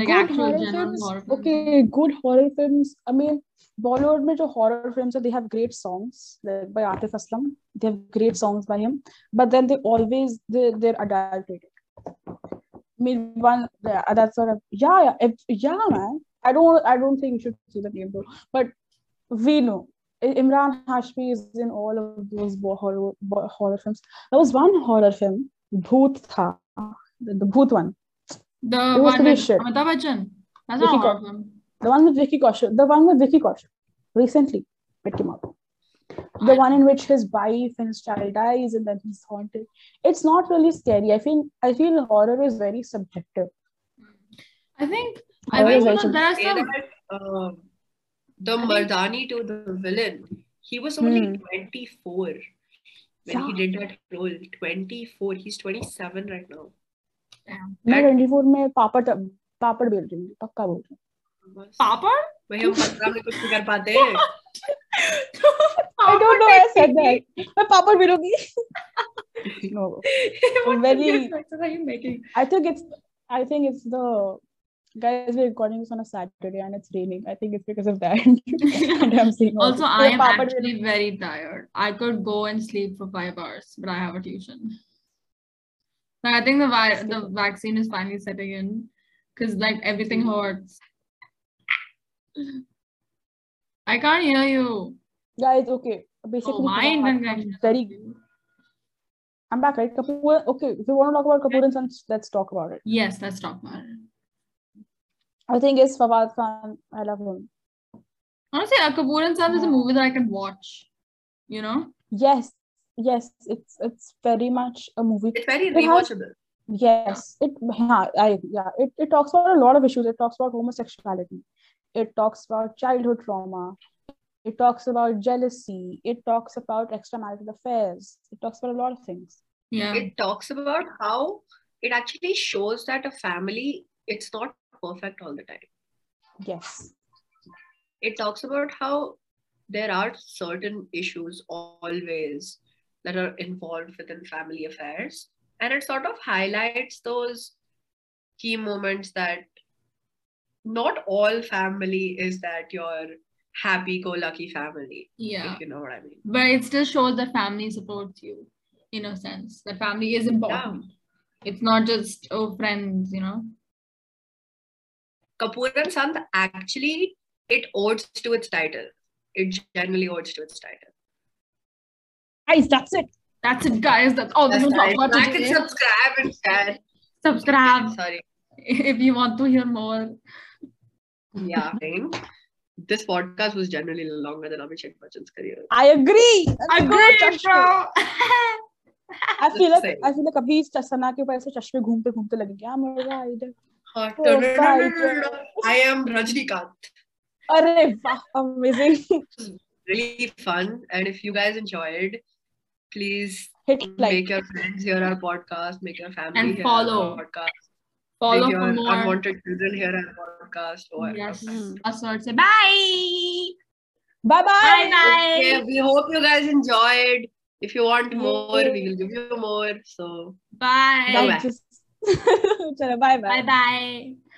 Speaker 1: Like
Speaker 2: good
Speaker 1: actual
Speaker 2: horror
Speaker 1: general
Speaker 2: films,
Speaker 1: horror films.
Speaker 2: okay good horror films i mean Bollywood में जो horror films are they have great songs like by Atif Aslam they have great songs by him but then they always they they're adulterated i mean one yeah, that's sort of yeah yeah if, yeah man i don't i don't think you should see the name though but we know I- imran hashmi is in all of those bo- horror bo- horror films there was one horror film bhoot tha the, the bhoot one
Speaker 1: The
Speaker 2: It was
Speaker 1: one
Speaker 2: really
Speaker 1: with
Speaker 2: shit.
Speaker 1: Amitabh Bachchan. That's
Speaker 2: Vicky
Speaker 1: not a horror film.
Speaker 2: The one with Vicky Kaushal. The one with Vicky Kaushal. Recently, it came out. The one in which his wife and his child dies, and then he's haunted. It's not really scary. I feel I feel horror is very subjective.
Speaker 1: I think I
Speaker 2: Horror
Speaker 1: mean
Speaker 2: is
Speaker 1: you
Speaker 2: very
Speaker 1: know, there are
Speaker 3: say
Speaker 1: some
Speaker 3: that, um, the
Speaker 1: think-
Speaker 3: Mardani to the villain, he was only
Speaker 2: Hmm.
Speaker 3: 24 when he
Speaker 2: Yeah.
Speaker 3: did that role. 24, he's 27 right now.
Speaker 2: मैं
Speaker 3: That-
Speaker 2: 24 में papad papad bell रही हूँ पक्का बोल रही
Speaker 1: Papa?
Speaker 3: वही हम 15 में कुछ नहीं कर पाते हैं।
Speaker 2: हूँ I don't know I said that मैं पापड़ बेलूंगी no
Speaker 1: what
Speaker 2: Very-
Speaker 1: weird noises are you making?
Speaker 2: I think it's I think it's the guys we're recording this on a saturday and it's raining i think it's because of that and i'm seeing
Speaker 1: Also, I am
Speaker 2: पापड़ बेल
Speaker 1: actually very tired. I could go and sleep for five hours, but I have a tuition. Like, I think the vi- the vaccine is finally setting in because like everything
Speaker 2: Mm-hmm.
Speaker 1: hurts. I can't hear you.
Speaker 2: guys okay basically
Speaker 1: Oh, my
Speaker 2: Kapoor-
Speaker 1: internet connection. is
Speaker 2: very-
Speaker 1: not good.
Speaker 2: i'm back right kapoor okay if we want to talk about kapoor and sons let's talk about it
Speaker 1: Yes, let's talk about it.
Speaker 2: i think it's fawad khan i love him
Speaker 1: Honestly, uh, Kapoor and Sons is a
Speaker 2: Yeah.
Speaker 1: movie that I can watch. You know,
Speaker 2: yes yes it's it's very much a movie
Speaker 3: It's very
Speaker 2: It has-
Speaker 3: rewatchable.
Speaker 2: yes it yeah, I, yeah it, it talks about a lot of issues it talks about homosexuality it talks about childhood trauma it talks about jealousy it talks about extramarital affairs it talks about a lot of things Hmm.
Speaker 1: yeah.
Speaker 3: It talks about how it actually shows that a family, it's not perfect all the time.
Speaker 2: yes
Speaker 3: it talks about how there are certain issues always that are involved within family affairs and it sort of highlights those key moments that not all family is that your happy go lucky family
Speaker 1: yeah.
Speaker 3: if you know what i mean
Speaker 1: but it still shows that family supports you in a sense that family is important it's not just oh friends you know
Speaker 3: kapoor and sant actually it odes to its title it generally odes to its title
Speaker 2: guys that's it
Speaker 1: that's it guys that's all we
Speaker 3: That's
Speaker 1: can talk
Speaker 3: right.
Speaker 1: about
Speaker 3: like and
Speaker 1: today.
Speaker 3: subscribe and share
Speaker 1: subscribe
Speaker 3: sorry
Speaker 1: if you want to hear more
Speaker 3: Yeah. thing. This podcast was generally longer than Abhishek Bachchan's career.
Speaker 2: i agree
Speaker 1: i agree bro
Speaker 2: I feel like
Speaker 3: Same.
Speaker 2: I feel like अभी सना के ऊपर ऐसे चश्मे हाँ, घूमते घूमते लगे क्या मेरा idea
Speaker 3: Hot.
Speaker 2: Oh, bye,
Speaker 3: I am Rajnikant.
Speaker 2: अरे वाह amazing
Speaker 3: really fun. And if you guys enjoyed, please
Speaker 2: Hit like.
Speaker 3: make your friends hear our podcast, make your family
Speaker 1: And
Speaker 3: hear
Speaker 1: follow.
Speaker 3: our podcast,
Speaker 1: Follow
Speaker 3: make your
Speaker 1: for more.
Speaker 3: unwanted children hear our podcast. Or
Speaker 1: Yes.
Speaker 3: Hmm.
Speaker 2: Mm.
Speaker 1: I'll sort say bye.
Speaker 2: Bye
Speaker 1: Bye
Speaker 2: bye.
Speaker 1: bye.
Speaker 3: Okay, we hope you guys enjoyed. If you want more, we will give you more. So.
Speaker 1: Bye.
Speaker 3: Bye-bye.
Speaker 2: Bye bye.
Speaker 1: Bye bye.